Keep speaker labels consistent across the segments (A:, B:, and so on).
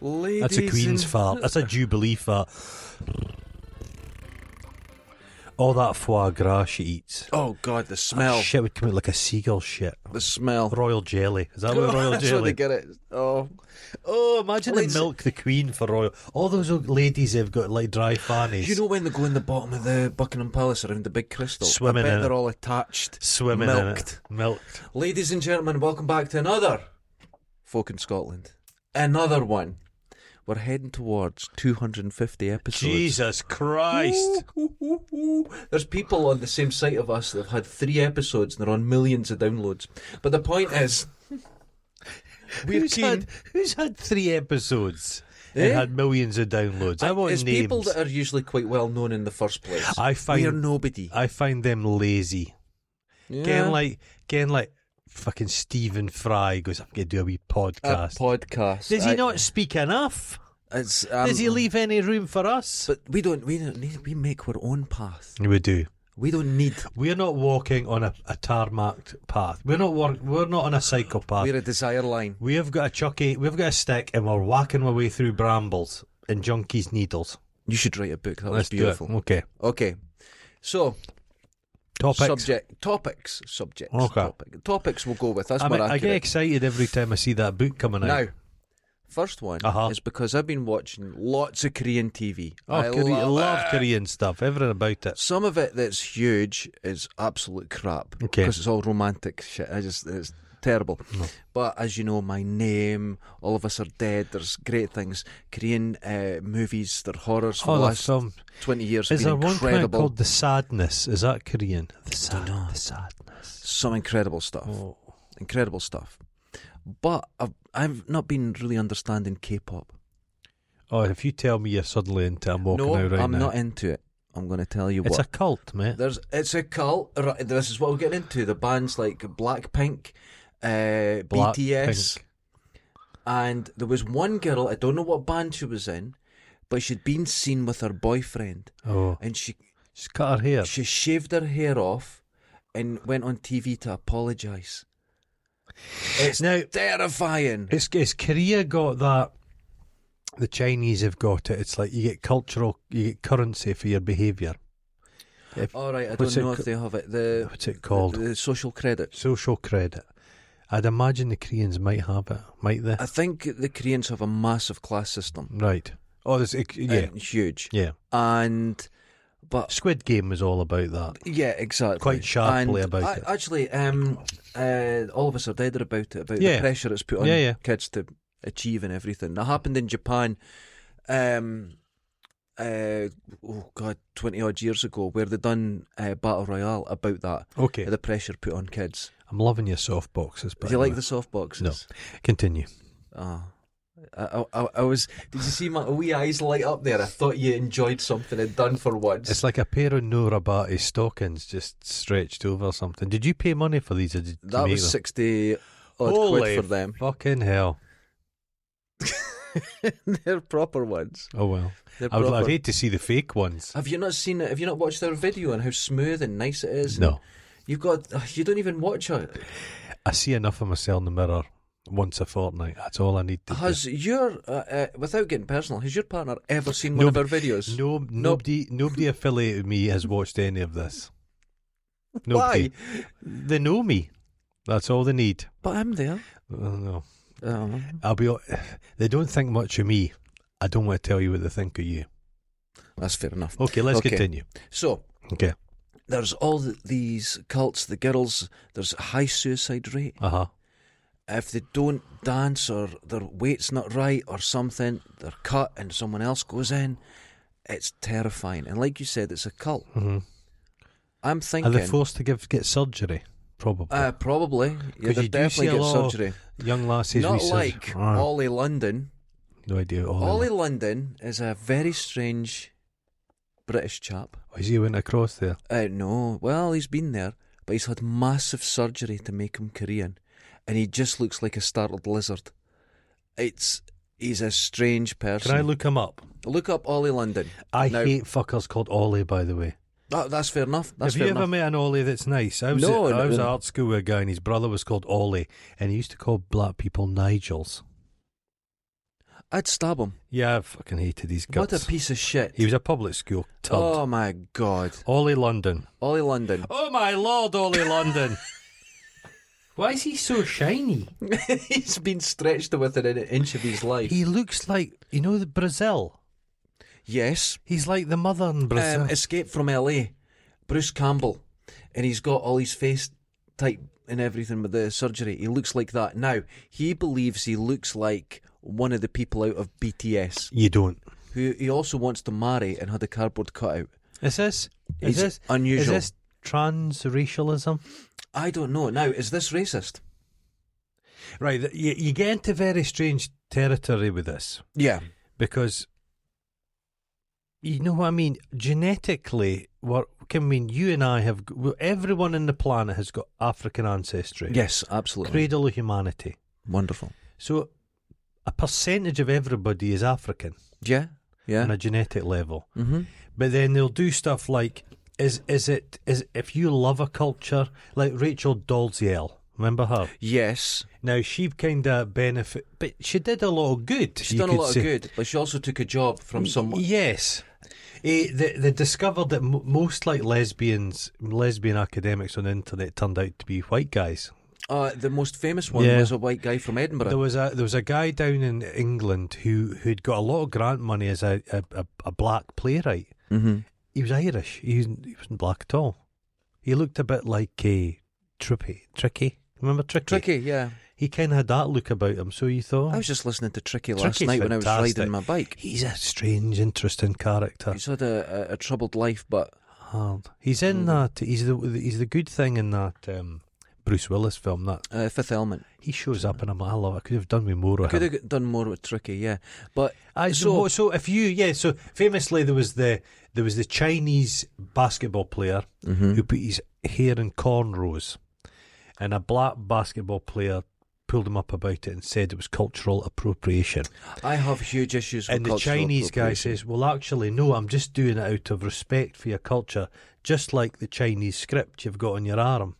A: Ladies
B: That's a Queen's
A: and-
B: fart. That's a Jubilee fart. All that foie gras she eats.
A: Oh God, the
B: That
A: smell.
B: Shit would come out like a seagull shit.
A: The smell.
B: Royal jelly. Is that what royal
A: That's where they
B: jelly?
A: get it. Oh, oh, imagine
B: Imagine they
A: it's-
B: milk the queen for royal. All those old ladies have got like dry fannies.
A: You know when they go in the bottom of the Buckingham Palace around the big crystal?
B: Swimming
A: I bet
B: in it.
A: they're all attached,
B: swimming
A: milked.
B: in it. Milked.
A: Ladies and gentlemen, welcome back to another folk in Scotland. Another one. We're heading towards 250 episodes.
B: Jesus Christ.
A: Ooh, ooh, ooh, ooh. There's people on the same site of us that have had three episodes and they're on millions of downloads. But the point is, we've
B: Who's
A: seen
B: had, who's had three episodes
A: Eh?
B: and had millions of downloads? I want
A: it's
B: names.
A: people that are usually quite well known in the first place.
B: I find-
A: we are nobody.
B: I find them lazy. Again, like, again, like, fucking Stephen Fry goes, I'm going to do a wee
A: a
B: podcast.
A: podcast.
B: Does he
A: I-
B: not speak enough?
A: It's, um,
B: Does he leave any room for us?
A: But we don't. We don't need. We make our own path.
B: we do.
A: We don't need.
B: We're not walking on a, a tarmacked path. We're not walk, We're not on a cycle path.
A: We're a desire line.
B: We have got a chucky. We've got a stick, and we're whacking our way through brambles and junkies' needles.
A: You should write a book. That
B: Let's
A: was beautiful.
B: do it. Okay.
A: Okay. So
B: Topics.
A: subject topics subjects
B: Okay.
A: topic topics we'll go with. That's
B: I,
A: more
B: mean, I
A: accurate.
B: get excited every time I see that book coming out.
A: Now, first one
B: Uh-huh.
A: is because I've been watching lots of Korean TV.
B: oh,
A: I
B: Korea-
A: love,
B: love
A: it.
B: Korean stuff. Everything about it.
A: Some of it that's huge is absolute crap
B: Okay.
A: because it's all romantic shit. I just it's terrible. But as you know, my name, all of us are dead. There's great things. Korean uh, movies, their horrors for
B: Oh,
A: the
B: there's
A: last
B: some.
A: twenty years have
B: Is
A: been
B: there one kind
A: incredible.
B: called The Sadness? Is that Korean? The, sad, the Sadness.
A: Some incredible stuff.
B: Oh.
A: Incredible stuff. But I've I've not been really understanding K-pop.
B: Oh, if you tell me you're suddenly into I'm walking
A: no,
B: out right
A: I'm
B: now.
A: not into it. I'm going to tell you
B: It's
A: what.
B: a cult, mate.
A: There's it's a cult. Right, this is what we're getting into. The bands like Blackpink, uh,
B: Black
A: BTS,
B: pink.
A: and there was one girl. I don't know what band she was in, but she'd been seen with her boyfriend,
B: Oh,
A: and she
B: she's cut her hair.
A: she shaved her hair off, and went on TV to apologise. It's
B: Now-
A: terrifying.
B: It's, it's Korea got that. The Chinese have got it. It's like you get cultural, you get currency for your behaviour. If-
A: All right, I
B: what's
A: don't
B: it
A: know if
B: ca-
A: they have it. The
B: What's it called?
A: The, the social credit.
B: Social credit. I'd imagine the Koreans might have it, might they?
A: I think the Koreans have a massive class system.
B: right. Oh, there's, it, yeah,
A: and huge.
B: yeah.
A: and but
B: Squid Game was all about that.
A: yeah, exactly.
B: Quite sharply
A: And
B: about
A: I-
B: it.
A: Actually, um, uh, all of us are dead about it about the
B: Yeah.
A: pressure it's put on
B: Yeah, yeah.
A: kids to achieve and everything. That happened in Japan. Um, uh, oh god, twenty odd years ago, where they done uh, battle royale about that,
B: Okay.
A: the pressure put on kids.
B: I'm loving your soft boxes. But
A: Do you like the soft boxes?
B: Continue.
A: Oh. I, I, I was. Did you see my wee eyes light up there? I thought you enjoyed something I'd done for once.
B: It's like a pair of no rabati stockings just stretched over something. Did you pay money for these? Or did you
A: That
B: make
A: was
B: them?
A: sixty odd
B: Holy
A: quid for them.
B: Fucking hell!
A: They're proper ones.
B: Oh well.
A: They're
B: I would,
A: proper.
B: I'd hate to see the fake ones.
A: Have you not seen it? Have you not watched their video and how smooth and nice it is?
B: No,
A: You've got. ugh, You don't even watch it.
B: I see enough of myself in the mirror once a fortnight. That's all I need to.
A: Has your. Uh, uh, without getting personal, has your partner ever seen
B: No,
A: one of our videos?
B: do. No, nobody, nobody affiliated with me has watched any of this. Nobody.
A: Why?
B: They know me. That's all they need.
A: But I'm there.
B: Oh, no,
A: Um,
B: I'll be. They don't think much of me. I don't want to tell you what they think of you.
A: that's fair enough.
B: Okay, let's
A: Okay.
B: continue.
A: So.
B: Okay.
A: There's all th these cults, the girls, there's a high suicide rate.
B: Uh huh.
A: If they don't dance or their weight's not right or something, they're cut and someone else goes in. It's terrifying. And like you said, it's a cult.
B: hmm
A: I'm
B: Are
A: thinking.
B: they forced to give get surgery? Probably.
A: Uh, probably. Yeah,
B: 'Cause
A: they
B: you do see
A: definitely
B: a
A: get
B: lot of
A: surgery.
B: Young lasses.
A: Not
B: with surgery.
A: like
B: Ah,
A: Ollie London.
B: no idea. All
A: Ollie
B: Ollie.
A: London is a very strange British chap.
B: Oh, Is he went across there?
A: Uh, no, well, he's been there, but he's had massive surgery to make him Korean, and he just looks like a startled lizard. It's he's a strange person.
B: Can I look him up?
A: Look up Ollie London.
B: I
A: Now-
B: hate fuckers called Ollie. By the way,
A: That, that's fair enough. That's
B: have
A: fair
B: you ever
A: enough.
B: met an Ollie that's nice? I was
A: No,
B: at, I
A: no,
B: was
A: no.
B: at art school with a guy, and his brother was called Ollie, and he used to call black people Nigels.
A: I'd stab him.
B: Yeah, I fucking hated his guts.
A: What a piece of shit.
B: he was a public school tub.
A: Oh my god.
B: Ollie London.
A: Ollie London.
B: Oh my lord, Ollie London.
C: Why is he so shiny?
A: He's been stretched to within an inch of his life.
B: he looks like you know the Brazil.
A: yes.
B: He's like the mother in Brazil.
A: Um, Escape from LA. Bruce Campbell. And he's got all his face type and everything with the surgery. He looks like that. Now, he believes he looks like one of the people out of BTS,
B: you don't.
A: who he also wants to marry and had a cardboard cutout.
B: Is this? Is
A: He's
B: this Is
A: unusual.
B: this transracialism?
A: I don't know. Now, is this racist?
B: Right, th- you, you get into very strange territory with this
A: Yeah.
B: because you know what I mean. Genetically, what can I mean? You and I have g- well, everyone in the planet has got African ancestry.
A: Yes, absolutely.
B: cradle of humanity.
A: Wonderful.
B: So, a percentage of everybody is African
A: Yeah.
B: on
A: Yeah.
B: a genetic level.
A: Mm-hmm.
B: but then they'll do stuff like is is it is if you love a culture like Rachel Dolezal, remember her?
A: Yes.
B: Now she kind of benefit, but she did a lot of good.
A: She's
B: you
A: done a
B: could
A: lot
B: say.
A: of good, but she also took a job from someone.
B: Yes. Eh, they, they discovered that m- most like lesbians, lesbian academics on the internet turned out to be white guys.
A: Uh, the most famous one
B: Yeah.
A: was a white guy from Edinburgh.
B: There was a there was a guy down in England who who'd got a lot of grant money as a a, a, a black playwright.
A: mm-hmm.
B: He was Irish. He wasn't, he wasn't black at all. He looked a bit like a trippy, tricky. Remember tricky?
A: Tricky, Oh, yeah.
B: He kind of had that look about him. So you thought
A: I was just listening to Tricky last
B: Oh. Tricky's
A: night when I was
B: fantastic.
A: riding my bike.
B: he's a strange, interesting character.
A: He's had a, a, a troubled life, but
B: Hard. He's
A: Hmm.
B: in that. He's the he's the good thing in that um, Bruce Willis film. That
A: uh, Fifth Element
B: he shows up and I'm like, I love. It. I could have done with more of
A: could
B: him.
A: have done more with Tricky, yeah. But
B: I, so,
A: So-
B: what- so if you yeah, so famously there was the there was the Chinese basketball player
A: Mm-hmm.
B: who put his hair in cornrows, and a black basketball player pulled him up about it and said it was cultural appropriation.
A: I have huge issues with
B: and the
A: cultural
B: Chinese guy
A: appropriation.
B: says, "Well, actually, no, I'm just doing it out of respect for your culture, just like the Chinese script you've got on your arm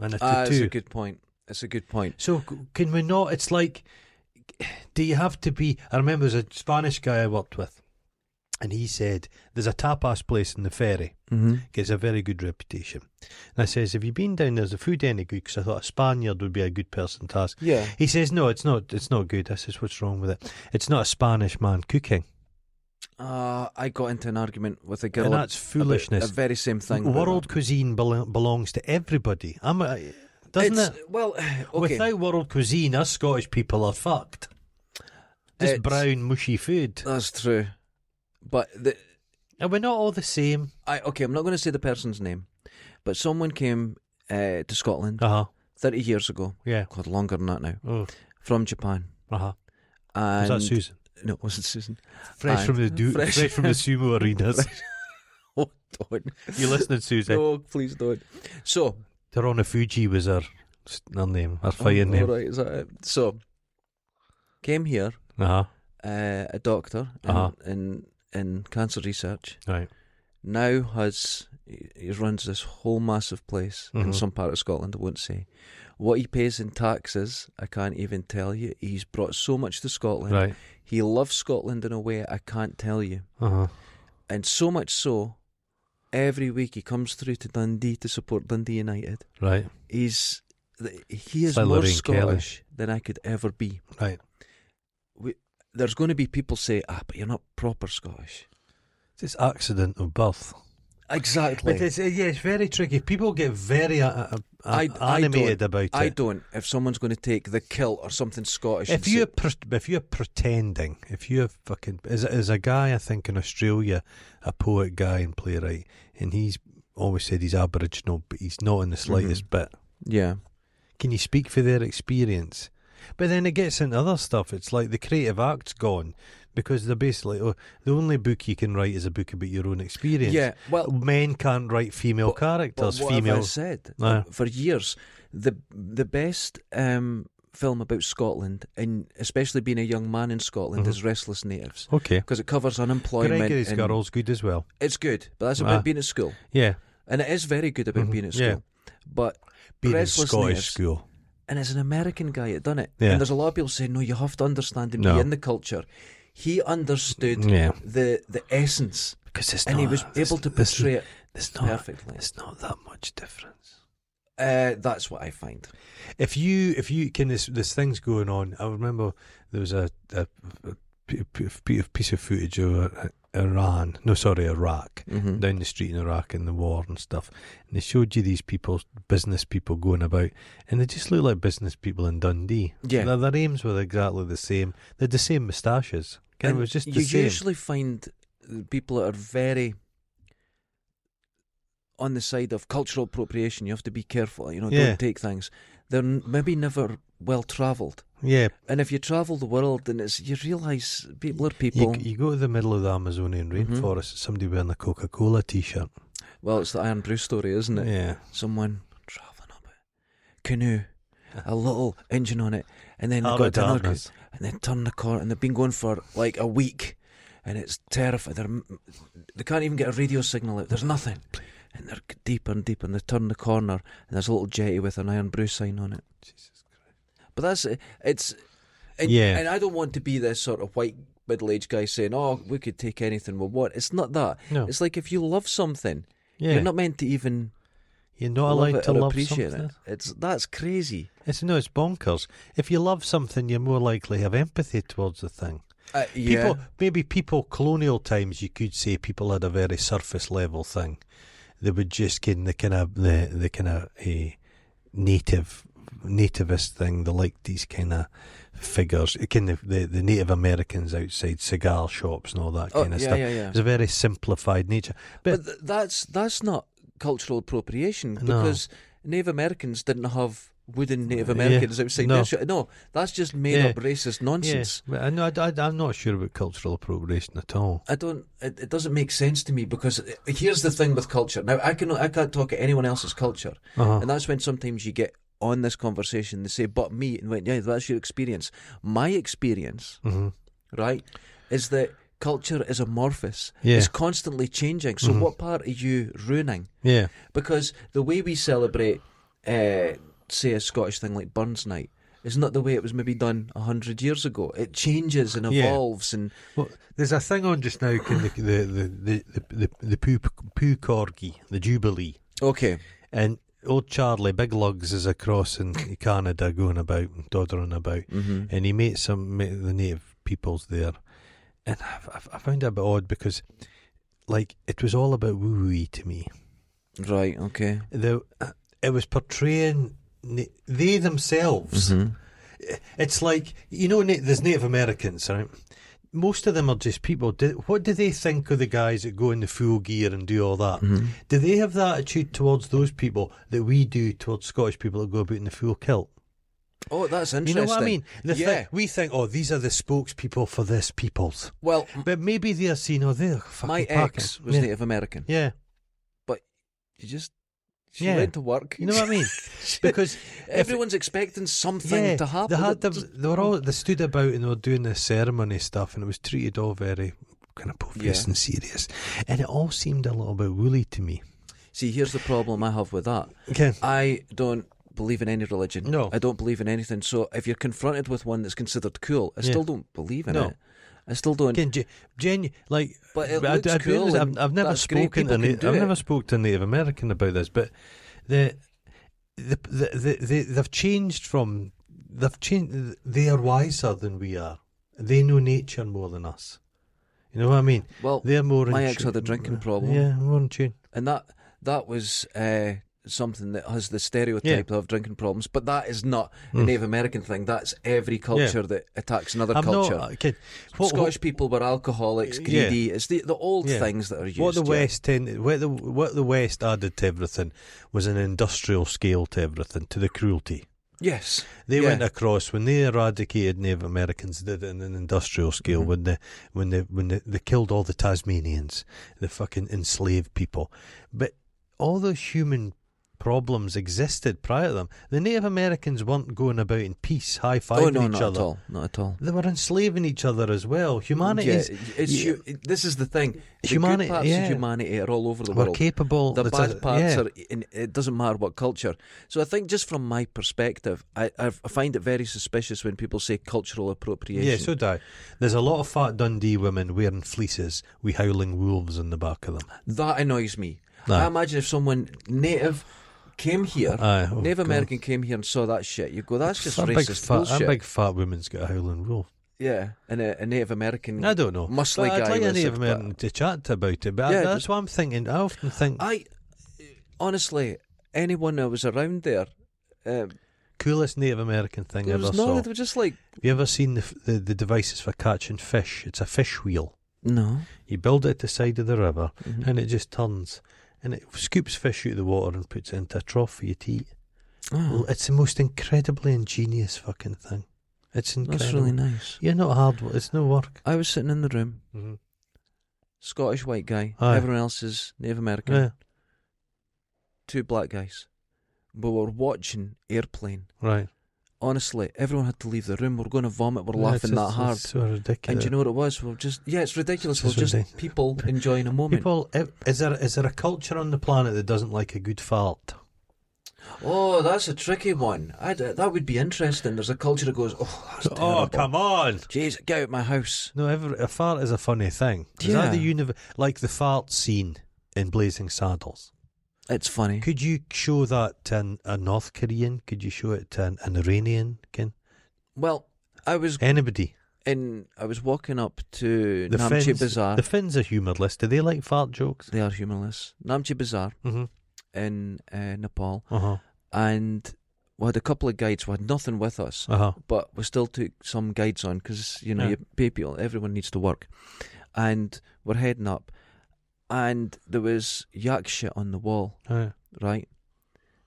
B: and a
A: Ah, that's
B: tattoo."
A: a good point. That's a good point.
B: So c- can we not? It's like, do you have to be? I remember there's a Spanish guy I worked with, and he said there's a tapas place in the ferry.
A: Mm-hmm.
B: Gets a very good reputation. And I says, have you been down there? Is the food any good? Because I thought a Spaniard would be a good person to ask.
A: Yeah.
B: He says, no, it's not. It's not good. I says, what's wrong with it? It's not a Spanish man cooking.
A: Uh, I got into an argument with a girl.
B: And
A: ab-
B: that's
A: about
B: foolishness.
A: The very same thing. about
B: world
A: that.
B: cuisine belo- belongs to everybody. I'm a, doesn't
A: It's-
B: it?
A: Well, okay.
B: Without world cuisine, us Scottish people are fucked. Just
A: It's-
B: brown, mushy food.
A: That's true. But the,
B: And we're not all the same.
A: I okay, I'm not going to say the person's name, but someone came uh, to Scotland
B: Uh huh.
A: 30 years ago.
B: Yeah.
A: God, longer than that now.
B: Oh.
A: From Japan.
B: Uh huh. Is
A: And
B: that Susan?
A: No, it wasn't Susan.
B: Fresh
A: and-
B: from the du- fresh.
A: fresh-
B: from the sumo arenas.
A: Oh, don't.
B: you listening, Susan?
A: No, please don't. So,
B: Torona Fuji was her s- her name, her fighting name.
A: all right, is that it? So, came here,
B: Uh huh.
A: uh, a doctor in,
B: Uh-huh.
A: in in cancer research.
B: Right.
A: Now has he he runs this whole massive place in
B: Mhm.
A: some part of Scotland. I won't say what he pays in taxes. I can't even tell you. He's brought so much to Scotland.
B: Right.
A: He loves Scotland in a way I can't tell you.
B: Uh huh.
A: And so much so, every week he comes through to Dundee to support Dundee United.
B: Right.
A: He's th- he is
B: like
A: more
B: Lorraine Kelly.
A: Scottish than I could ever be.
B: Right.
A: There's going to be people say, "Ah, but you're not proper Scottish."
B: It's accident of birth.
A: Exactly.
B: But it's, uh, yeah, it's very tricky. People get very uh, uh, uh,
A: I- I
B: animated
A: don't-
B: about
A: I
B: it.
A: don't. If someone's going to take the kilt or something Scottish,
B: If
A: and say-
B: you're pre- if you're pretending, if you're fucking, is is a guy I think in Australia, a poet guy and playwright, and he's always said he's Aboriginal, but he's not
A: Mm-hmm.
B: in the slightest bit.
A: yeah,
B: Can you speak for their experience? But then it gets into other stuff. It's like the creative act's gone because they're basically oh, the only book you can write is a book about your own experience.
A: yeah. Well,
B: men can't write female characters.
A: but what
B: female.
A: have I said
B: Aye.
A: for years? The the best um, film about Scotland, and especially being a young man in Scotland,
B: Mm-hmm.
A: is Restless Natives
B: Okay.
A: because it covers unemployment.
B: Gregory's
A: and-
B: Girl's good as well.
A: It's good, but that's about
B: Ah.
A: being at school,
B: Yeah.
A: and it is very good about being at school.
B: yeah.
A: But
B: Being in
A: Restless
B: Scottish
A: Natives-
B: school.
A: and it's an American guy that done it.
B: Yeah.
A: And there's a lot of people saying, no, you have to understand and
B: No.
A: be in the culture. He understood
B: Yeah.
A: the the essence,
B: Because it's
A: and he was able to portray it
B: It's not.
A: perfectly.
B: It's not that much difference.
A: Uh, that's what I find.
B: If you, if you can, this this thing's going on. I remember there was a, a, a p- p- p- piece of footage of uh, Iran. No, sorry, Iraq.
A: Mm-hmm.
B: down the street in Iraq in the war and stuff. And they showed you these people, business people going about, and they just look like business people in Dundee.
A: Yeah.
B: Their, their aims were exactly the same. They had the same moustaches. Kind of, it was just the
A: you
B: same.
A: usually find people that are very on the side of cultural appropriation. You have to be careful. You know,
B: Yeah.
A: don't take things. They're n- maybe never well travelled.
B: yeah.
A: And if you travel the world, and it's you realise people are
B: You,
A: people. Mm-hmm.
B: you go to the middle of the Amazonian rainforest, somebody wearing a Coca Cola t shirt.
A: well, it's the Iron Brew story, isn't it?
B: Yeah.
A: Someone travelling up a canoe, a little engine on it, and then they
B: Out
A: got
B: of
A: to another
B: darkness.
A: and they turn the corner and they've been going for like a week and it's terrifying they're, m- they can't even get a radio signal out there's nothing and they're g- deeper and deeper and they turn the corner and there's a little jetty with an iron brew sign on it but that's uh, it's and,
B: Yeah.
A: and i don't want to be this sort of white middle-aged guy saying oh we could take anything we want it's not that
B: No.
A: it's like if you love something
B: Yeah.
A: you're not meant to even
B: You're not
A: love
B: allowed
A: it
B: to
A: or
B: love
A: appreciate
B: something.
A: it it's that's crazy
B: It's no, it's bonkers. If you love something, you're more likely to have empathy towards the thing.
A: uh, yeah
B: People, maybe people, colonial times, you could say people had a very surface level thing. They would just get in the kind of the the kind of a native nativist thing. They liked these kind of figures, eh, kind of the the Native Americans outside cigar shops and all that
A: Oh,
B: kind of
A: yeah,
B: stuff.
A: yeah, yeah.
B: It's a very simplified nature.
A: But
B: But,
A: th- that's that's not cultural appropriation because Native Americans didn't have wooden Native
B: Uh, Yeah,
A: Americans outside
B: no.
A: their shop. No, that's just made
B: Yeah.
A: up racist nonsense.
B: yeah, but I know I, I, am not sure about cultural appropriation at all.
A: I don't. It, it doesn't make sense to me because uh, here's the thing with culture. Now I can I can't talk at anyone else's culture,
B: Uh-huh.
A: and that's when sometimes you get on this conversation. They say, "But me," and went, "Yeah, that's your experience." My experience,
B: Mhm.
A: right, is that culture is amorphous.
B: Yeah. Mm-hmm.
A: It's constantly changing. So what part are you ruining?
B: Yeah,
A: because the way we celebrate, uh, say, a Scottish thing like Burns Night is not the way it was maybe done a hundred years ago. It changes and
B: Yeah.
A: evolves, and
B: Well, there's a thing on just now, kind of the the the the, the, the poo poo corgi, the jubilee,
A: okay,
B: and old Charlie Big Lugs is across in Canada going about and doddering about,
A: Mm. mm-hmm,
B: and he meets some met the native peoples there, and I, I, I found it a bit odd because, like, it was all about woo woo to me.
A: right, okay,
B: The uh, it was portraying na- they
A: Mm-hmm.
B: themselves. It's like you know, na- there's Native Americans, right? Most of them are just people. Do, what do they think of the guys that go in the full gear and do all that?
A: Mm-hmm.
B: Do they have that attitude towards those people that we do towards Scottish people that go about in the full kilt?
A: oh, that's
B: You
A: interesting.
B: know what I mean? The thi-
A: yeah.
B: we think, oh, these are the spokespeople for this peoples,
A: well, m-
B: but maybe they are seen, oh, they're fucking
A: Mm. my ex
B: Pakistan.
A: was
B: yeah.
A: Native American.
B: Yeah,
A: She just she
B: Yeah.
A: went to work.
B: you know what I mean? Because if-
A: everyone's expecting something to happen.
B: They
A: that
B: had them,
A: just-
B: they were all they stood about and they were doing the ceremony stuff, and it was treated all very kind of profuse
A: Yeah.
B: and serious, and it all seemed a little bit woolly to me.
A: See, here's the problem I have with that.
B: Okay.
A: I don't believe in any religion.
B: No.
A: I don't believe in anything. So if you're confronted with one that's considered cool, I
B: Yeah.
A: still don't believe in
B: No.
A: it. I still don't.
B: Again, gen, genu- like,
A: But it
B: I-
A: looks
B: I've,
A: cool
B: I've,
A: and
B: I've never
A: that's great,
B: spoken to
A: people
B: Na-
A: can do
B: I've
A: it.
B: never spoken to a Native American about this, but the, the, the, the, the they've changed from they've changed. They are wiser than we are. They know nature more than us. You know what I mean?
A: Well,
B: They're more. in
A: my ex
B: tu-
A: had a drinking problem,
B: Yeah, more in tune.
A: and that that was uh, something that has the stereotype of drinking problems. But that is not a Native American thing. That's every culture that attacks another
B: Mm. I'm
A: culture.
B: not. Okay. What,
A: Scottish people were alcoholics,
B: Yeah.
A: greedy. It's the the old
B: Yeah.
A: things that are used.
B: what the
A: yeah.
B: West tend, what the what the West added to everything was an industrial scale to everything to the cruelty.
A: Yes,
B: They
A: Yeah.
B: went across when they eradicated Native Americans. They did it in an industrial scale
A: Mm-hmm.
B: when they when they when they, they killed all the Tasmanians, the fucking enslaved people. But all those human problems existed prior to them. The Native Americans weren't going about in peace, high fiving
A: oh no,
B: each
A: not
B: other.
A: at all. Not at all.
B: They were enslaving each other as well. Humanity
A: Yeah,
B: is
A: it's
B: yeah.
A: hu- this is the thing. The
B: Humanity-
A: good parts
B: yeah.
A: of humanity are all over the
B: we're
A: world.
B: capable.
A: the
B: that's
A: bad
B: a-
A: parts
B: yeah.
A: are in, it doesn't matter what culture so i think just from my perspective i, I I find it very suspicious when people say cultural appropriation
B: Yeah, so do I. There's a lot of fat Dundee women wearing fleeces with howling wolves in the back of them.
A: that annoys me
B: No.
A: i imagine if someone native came here
B: Aye, oh
A: native
B: God.
A: american came here and saw that shit you go that's just
B: that
A: racist
B: big fat,
A: bullshit
B: that big fat woman's got a howling wolf.
A: yeah and a, a native american
B: I don't know.
A: muscly
B: But I'd
A: guy
B: like a
A: was
B: Native
A: Mm. like,
B: American to chat to about it, but I-
A: Yeah,
B: that's
A: just- Ah.
B: what I'm thinking. I often think
A: i honestly anyone that was around there um,
B: coolest Native American thing I
A: there
B: ever
A: was
B: saw.
A: no they were just like
B: Have you ever seen the, f- the the devices for catching fish? It's a fish wheel.
A: no
B: You build it at the side of the river,
A: Mhm.
B: and it just turns, and it scoops fish out of the water and puts it into a trough for you to eat.
A: Oh,
B: L- It's the most incredibly ingenious fucking thing. It's incredible.
A: that's really nice
B: You're not hard. wo- It's no work.
A: i was sitting in the room
B: Mm-hmm.
A: Scottish white guy.
B: Aye.
A: Everyone else is Native American.
B: Yeah.
A: Two black guys. But we're watching Airplane.
B: Right.
A: Honestly, everyone had to leave the room. We're going to vomit. We're
B: Yeah,
A: laughing
B: it's
A: that
B: just-
A: hard.
B: It's so ridiculous.
A: And do you know what it was? We're just yeah, it's ridiculous.
B: It's just
A: we're just
B: ridiculous.
A: people enjoying a moment.
B: People, i- is there is there a culture on the planet that doesn't like a good fart?
A: Oh, that's a tricky one. I'd, uh, that would be interesting. There's a culture that goes, oh, that's terrible.
B: on!
A: Jeez, get out my house.
B: No, every, a fart is a funny thing. Is that the
A: Yeah.
B: univ- like the fart scene in Blazing Saddles?
A: It's funny.
B: Could you show that to an, a North Korean? Could you show it to an, an Iranian? Can
A: Well, I was
B: anybody?
A: in. I was walking up to
B: The
A: Namche
B: Finns,
A: Bazaar.
B: the Finns are humorless. Do they like fart jokes?
A: they are humorless. Namche Bazaar
B: Mm-hmm.
A: in uh, Nepal.
B: Uh huh.
A: and we had a couple of guides who had nothing with us,
B: Uh huh.
A: but we still took some guides on because you know
B: Yeah.
A: you pay people, everyone needs to work, and we're heading up, and there was yak shit on the wall,
B: Yeah.
A: right,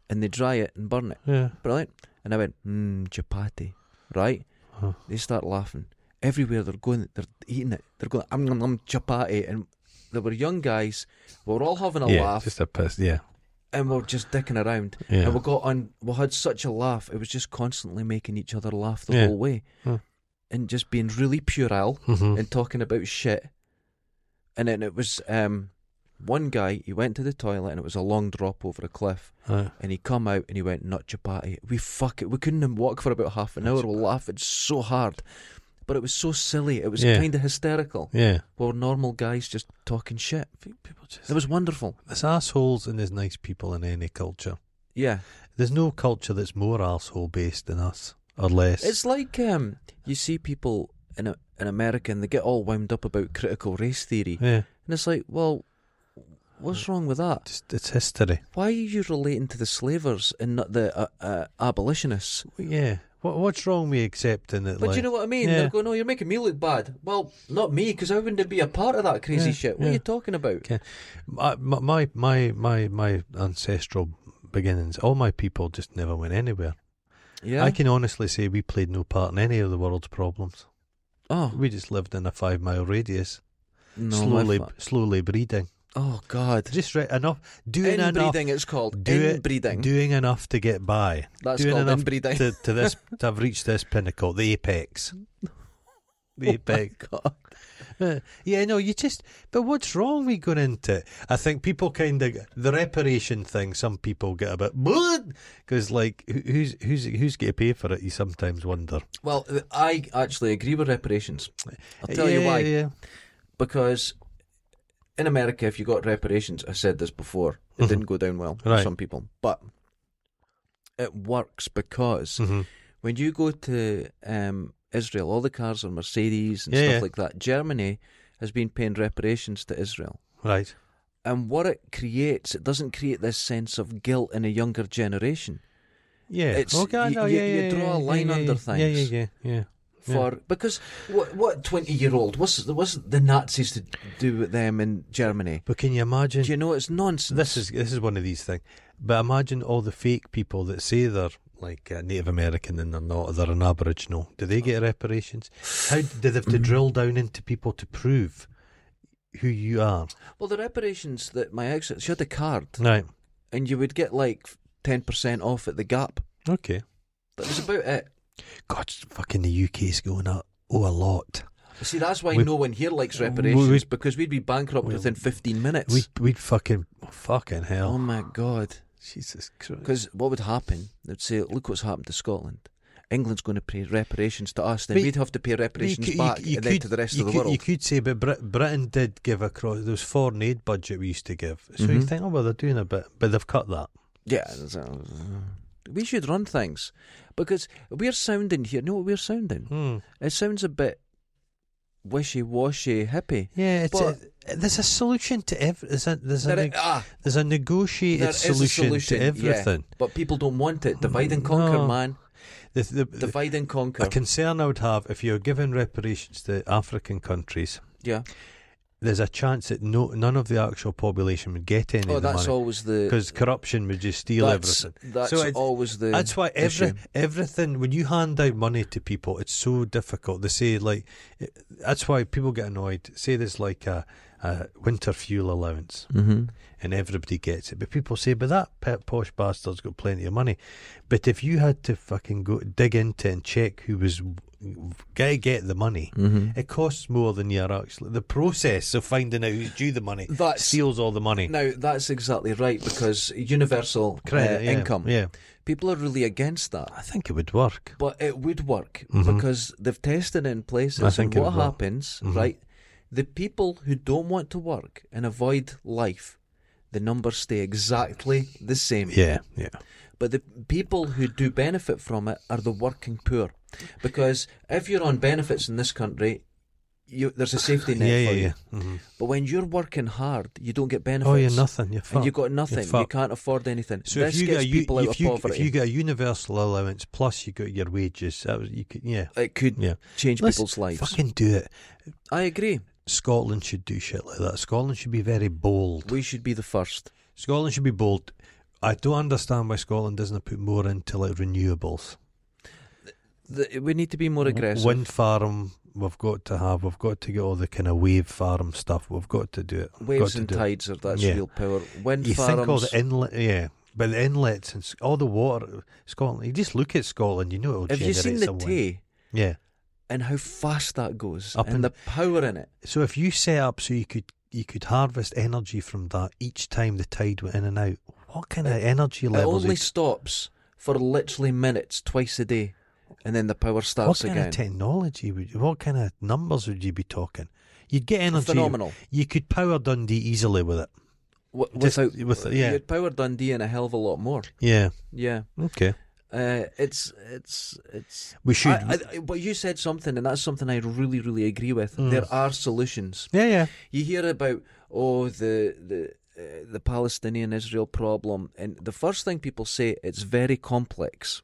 A: and they dry it and burn it,
B: Yeah.
A: brilliant, and I went mmm chapati, right,
B: Uh-huh.
A: they start laughing everywhere they're going, they're eating it, they're going um um um chapati, and there were young guys, we were all having a laugh,
B: Just a piss. Yeah.
A: and we we're just dicking around.
B: Yeah.
A: And we got on, we had such a laugh. It was just constantly making each other laugh the
B: Yeah. Hmm.
A: whole way.
B: Huh.
A: And just being really puerile
B: Mhm.
A: and talking about shit. And then it was um, one guy, he went to the toilet and it was a long drop over a cliff.
B: Aye.
A: And he come out and he went, not chapati. We fuck it. We couldn't even walk for about half an hour. We laughed so hard. But it was so silly. It was
B: Yeah.
A: kind of hysterical.
B: yeah.
A: We were normal guys just talking shit.
B: People just
A: It was wonderful.
B: there's assholes and there's nice people in any culture.
A: Yeah.
B: There's no culture that's more asshole based than us, or less.
A: It's like um, you see people in a, in America and they get all wound up about critical race theory,
B: yeah,
A: and it's like, well, what's wrong with that?
B: just, it's history.
A: Why are you relating to the slavers and not the uh, uh, abolitionists?
B: Yeah, what, what's wrong with accepting that?
A: But
B: like,
A: you know what I mean?
B: yeah.
A: They're going, "Oh, you're making me look bad." Well, not me, because I wouldn't be a part of that crazy
B: Yeah,
A: shit. What
B: yeah.
A: are you talking about?
B: Okay. My, my my my my ancestral beginnings, all my people just never went anywhere.
A: Yeah.
B: I can honestly say we played no part in any of the world's problems.
A: oh
B: We just lived in a five mile radius,
A: no.
B: slowly
A: my fa-
B: slowly breeding.
A: oh God.
B: Just right enough, doing enough,
A: Inbreeding. It's called
B: do it-
A: inbreeding.
B: doing enough to get by.
A: That's
B: doing
A: called
B: enough
A: inbreeding.
B: to, to this to have reached this pinnacle, the apex. The apex.
A: God.
B: Uh, yeah, no, you just. But what's wrong with going into it? I think people kind of the reparation thing. Some people get a bit because, like, who- who's who's who's going to pay for it? You sometimes wonder.
A: Well, I actually agree with reparations. I'll tell you
B: Yeah,
A: why.
B: Yeah,
A: because in America, if you got reparations, I said this before, it
B: Mhm.
A: didn't go down well
B: Right.
A: for some people, but it works because
B: hmm
A: when you go to um, Israel, all the cars are Mercedes and
B: Yeah,
A: stuff
B: yeah.
A: like that. Germany has been paying reparations to Israel.
B: right.
A: And what it creates, it doesn't create this sense of guilt in a younger generation.
B: Yeah,
A: It's-
B: okay. I
A: you-
B: know,
A: you-
B: yeah,
A: you
B: yeah,
A: draw a
B: yeah,
A: line
B: yeah,
A: under
B: yeah, Yeah,
A: things.
B: yeah, yeah, yeah. Yeah.
A: For because what what twenty year old what's what's the Nazis to do with them in Germany?
B: But can you imagine?
A: Do you know it's nonsense?
B: this is this is one of these things. But imagine all the fake people that say they're like uh, Native American and they're not. They're an Aboriginal. Do they get reparations? How do they have
A: Mm.
B: to drill down into people to prove who you are?
A: Well, the reparations that my ex she had a card
B: Right.
A: and you would get like ten percent off at the Gap.
B: Okay.
A: That was about it.
B: God, fucking the UK's going up. Oh, a lot.
A: See, that's why
B: We-
A: no one here likes
B: we-
A: reparations
B: we-
A: because we'd be bankrupt
B: we-
A: within fifteen minutes.
B: We'd, we'd fucking, fucking hell.
A: oh my god!
B: Jesus Christ.
A: Because what would happen? They'd say, "Look what's happened to Scotland." England's going to pay reparations to us, then
B: But you-
A: we'd have to pay reparations
B: could-
A: back
B: you
A: and then
B: could-
A: to the rest
B: you
A: of the
B: could-
A: world.
B: You could say, but Brit- Britain did give across, there was foreign aid budget we used to give. So you
A: Mhm.
B: think, oh, well, they're doing a bit, but they've cut that.
A: Yeah, that's- uh, we should run things because we're sounding here. No, we're sounding.
B: Hmm.
A: It sounds a bit wishy-washy, hippie.
B: Yeah, it's
A: But-
B: a, there's a solution to every. There's a, there's, a,
A: There i-
B: neg-
A: ah,
B: there's a negotiated
A: there is a
B: solution,
A: solution,
B: to
A: yeah.
B: everything.
A: but people don't want it. Divide and conquer,
B: No.
A: man.
B: The, the, the-
A: Divide and conquer.
B: a concern I would have if you're giving reparations to African countries,
A: yeah.
B: there's a chance that no none of the actual population would get any
A: Oh,
B: of the
A: that's
B: money
A: always the.
B: because corruption would just steal
A: That's,
B: everything.
A: that's
B: So it's-
A: always the.
B: That's why every
A: issue.
B: everything when you hand out money to people, it's so difficult. They say like, it- that's why people get annoyed. Say there's like a, a winter fuel allowance,
A: Mm-hmm.
B: and everybody gets it. But people say, but that pet posh bastard's got plenty of money. But if you had to fucking go dig into and check who was going to get the money,
A: Mm. Mm-hmm.
B: it costs more than you're actually. The process of finding out who's due the money
A: That's-
B: steals all the money.
A: Now that's exactly right because universal
B: Credit
A: uh,
B: yeah,
A: income.
B: Yeah,
A: People are really against that.
B: I think it would work.
A: But it would work
B: Mhm.
A: because they've tested in places.
B: I think it
A: and what
B: would work.
A: happens,
B: Mhm.
A: right? The people who don't want to work and avoid life, the numbers stay exactly the same.
B: Yeah, yeah.
A: But the people who do benefit from it are the working poor, because if you're on benefits in this country, you, there's a safety net
B: Yeah, yeah,
A: for you.
B: yeah. Mhm.
A: But when you're working hard, you don't get benefits.
B: Oh, you're nothing. You're
A: And
B: fucked.
A: you got nothing. You
B: fucked.
A: can't afford anything.
B: So
A: this
B: if you
A: gets
B: get a, u-
A: people out
B: if
A: of
B: you,
A: poverty.
B: if you get a universal allowance plus you got your wages, that was you could yeah
A: it could
B: yeah.
A: change
B: Let's
A: people's lives.
B: Fucking do it.
A: I agree.
B: Scotland should do shit like that. Scotland should be very bold.
A: We should be the first.
B: Scotland should be bold. I don't understand why Scotland doesn't put more into like renewables.
A: The, we need to be more aggressive.
B: Wind farm, we've got to have. We've got to get all the kind of wave farm stuff. We've got to do it.
A: Waves
B: We've got to
A: and
B: do it.
A: tides are that's
B: Yeah.
A: real power. Wind
B: You
A: farms.
B: think all the inlet, yeah, but the inlets and s- all the water, Scotland. You just look at Scotland, you know it'll
A: have you
B: generate
A: seen the
B: someone.
A: Tay
B: Yeah.
A: and how fast that goes
B: Up
A: and
B: and-
A: the power in it?
B: So if you set up so you could you could harvest energy from that each time the tide went in and out, what kind of energy
A: It
B: levels?
A: only
B: would-
A: stops for literally minutes twice a day, and then the power
B: what
A: starts
B: kind
A: again.
B: of technology would? you- What kind of numbers would you be talking? You'd get energy.
A: Phenomenal.
B: You could power Dundee easily with it.
A: W-
B: Just
A: without
B: with- yeah.
A: you'd power Dundee and a hell of a lot more.
B: Yeah.
A: Yeah.
B: Okay.
A: Uh, it's it's it's.
B: We should.
A: I, I, but you said something, and that's something I really, really agree with.
B: Hmm.
A: There are solutions.
B: yeah. Yeah.
A: You hear about oh the the uh, the Palestinian Israel problem, and the first thing people say it's very complex,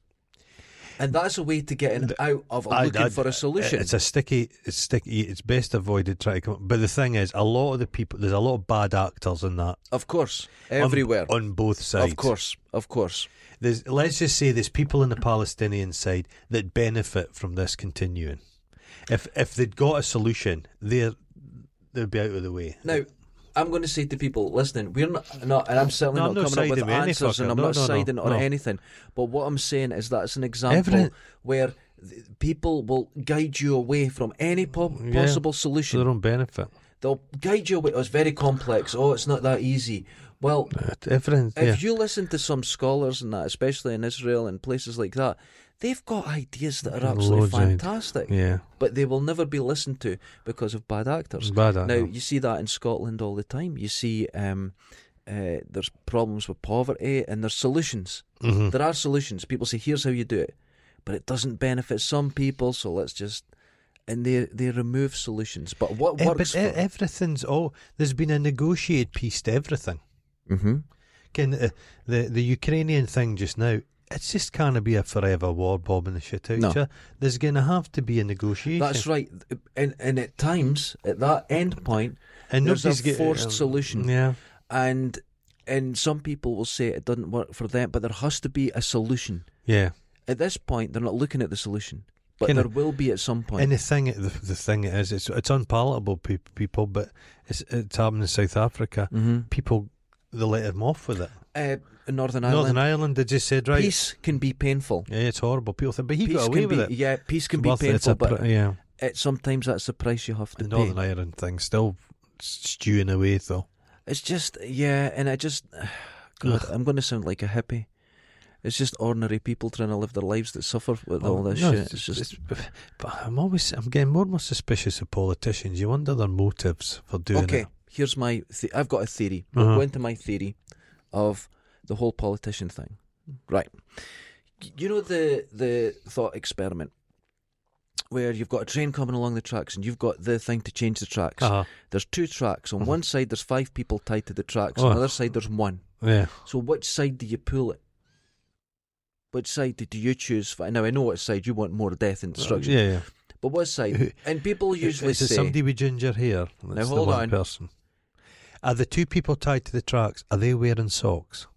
A: and that's a way to get in, out of
B: I-
A: looking
B: I- uh,
A: for a solution.
B: It's a sticky. It's sticky. It's best avoided. Try to come. But the thing is, a lot of the people. There's a lot of bad actors in that.
A: of course,
B: on-
A: everywhere.
B: on both sides.
A: Of course, of course.
B: there's let's just say there's people on the Palestinian side that benefit from this continuing. If if they'd got a solution, they're they'd be out of the way.
A: Now, I'm going to say to people, listen, we're not, not and I'm certainly
B: No, I'm
A: not
B: not
A: coming up with
B: siding with any
A: answers, and
B: fucker.
A: I'm
B: No,
A: not
B: no, no,
A: siding or
B: no.
A: anything. But what I'm saying is that's an example
B: Every-
A: where th- people will guide you away from any po-
B: Yeah.
A: possible
B: To
A: solution.
B: their own benefit.
A: They'll guide you away. Oh, it's very complex. Oh, it's not that easy. Well,
B: But Everything, yeah.
A: if you listen to some scholars and that, especially in Israel and places like that, they've got ideas that are absolutely
B: Loads of ideas.
A: fantastic.
B: yeah.
A: But they will never be listened to because of bad actors.
B: It's bad at
A: Now
B: it.
A: you see that in Scotland all the time. You see um, uh, there's problems with poverty and there's solutions.
B: Mhm.
A: There are solutions. People say, "Here's how you do it," but it doesn't benefit some people. So let's just and they they remove solutions. But what
B: Eh,
A: works?
B: but eh, everything's all there's been a negotiated piece to everything.
A: mm-hmm.
B: Can uh, the the Ukrainian thing just now? It's just can't be a forever war bombing the shit out
A: No.
B: each other. There's going to have to be a negotiation.
A: That's right. And and at times at that end point,
B: and
A: there's
B: nobody's
A: a
B: get-
A: forced
B: um,
A: solution.
B: Yeah.
A: and and some people will say it doesn't work for them, but there has to be a solution.
B: Yeah.
A: At this point, they're not looking at the solution, but
B: Kinda-
A: there will be at some point.
B: And the thing, the, the thing is, it's it's unpalatable, pe- people, but it's it's happening in South Africa.
A: mm-hmm.
B: People they let them off with it.
A: Uh, in Northern Ireland.
B: Northern Ireland, they just said, right.
A: Peace can be painful.
B: Yeah, it's horrible. People think, but he
A: peace
B: got away
A: can
B: with
A: be
B: it.
A: yeah, peace can
B: It's
A: be
B: worth it. It's
A: painful,
B: a
A: but
B: pr- yeah,
A: it, sometimes that's the price you have to
B: the
A: pay.
B: Northern Ireland thing still stewing away though.
A: It's just yeah, and I just God,
B: Ugh.
A: I'm going to sound like a hippie. It's just ordinary people trying to live their lives that suffer with all
B: Oh,
A: this
B: no,
A: shit. It's just
B: it's- but I'm always, I'm getting more and more suspicious of politicians. You wonder their motives for doing
A: okay.
B: it.
A: Here's my the- I've got a theory.
B: Uh-huh.
A: We'll go into my theory of the whole politician thing. Right. Y- You know the the thought experiment where you've got a train coming along the tracks and you've got the thing to change the tracks.
B: Uh-huh.
A: There's two tracks. On one side there's five people tied to the tracks. On
B: Oh.
A: the other side there's one.
B: Yeah,
A: So which side do you pull it? Which side do you choose? For? Now I know what side you want more death and destruction.
B: Yeah, yeah.
A: But what side?
B: Who-
A: And people usually
B: Is it
A: say
B: somebody with ginger hair? That's the
A: hold
B: one
A: on.
B: person. Are the two people tied to the tracks? Are they wearing socks?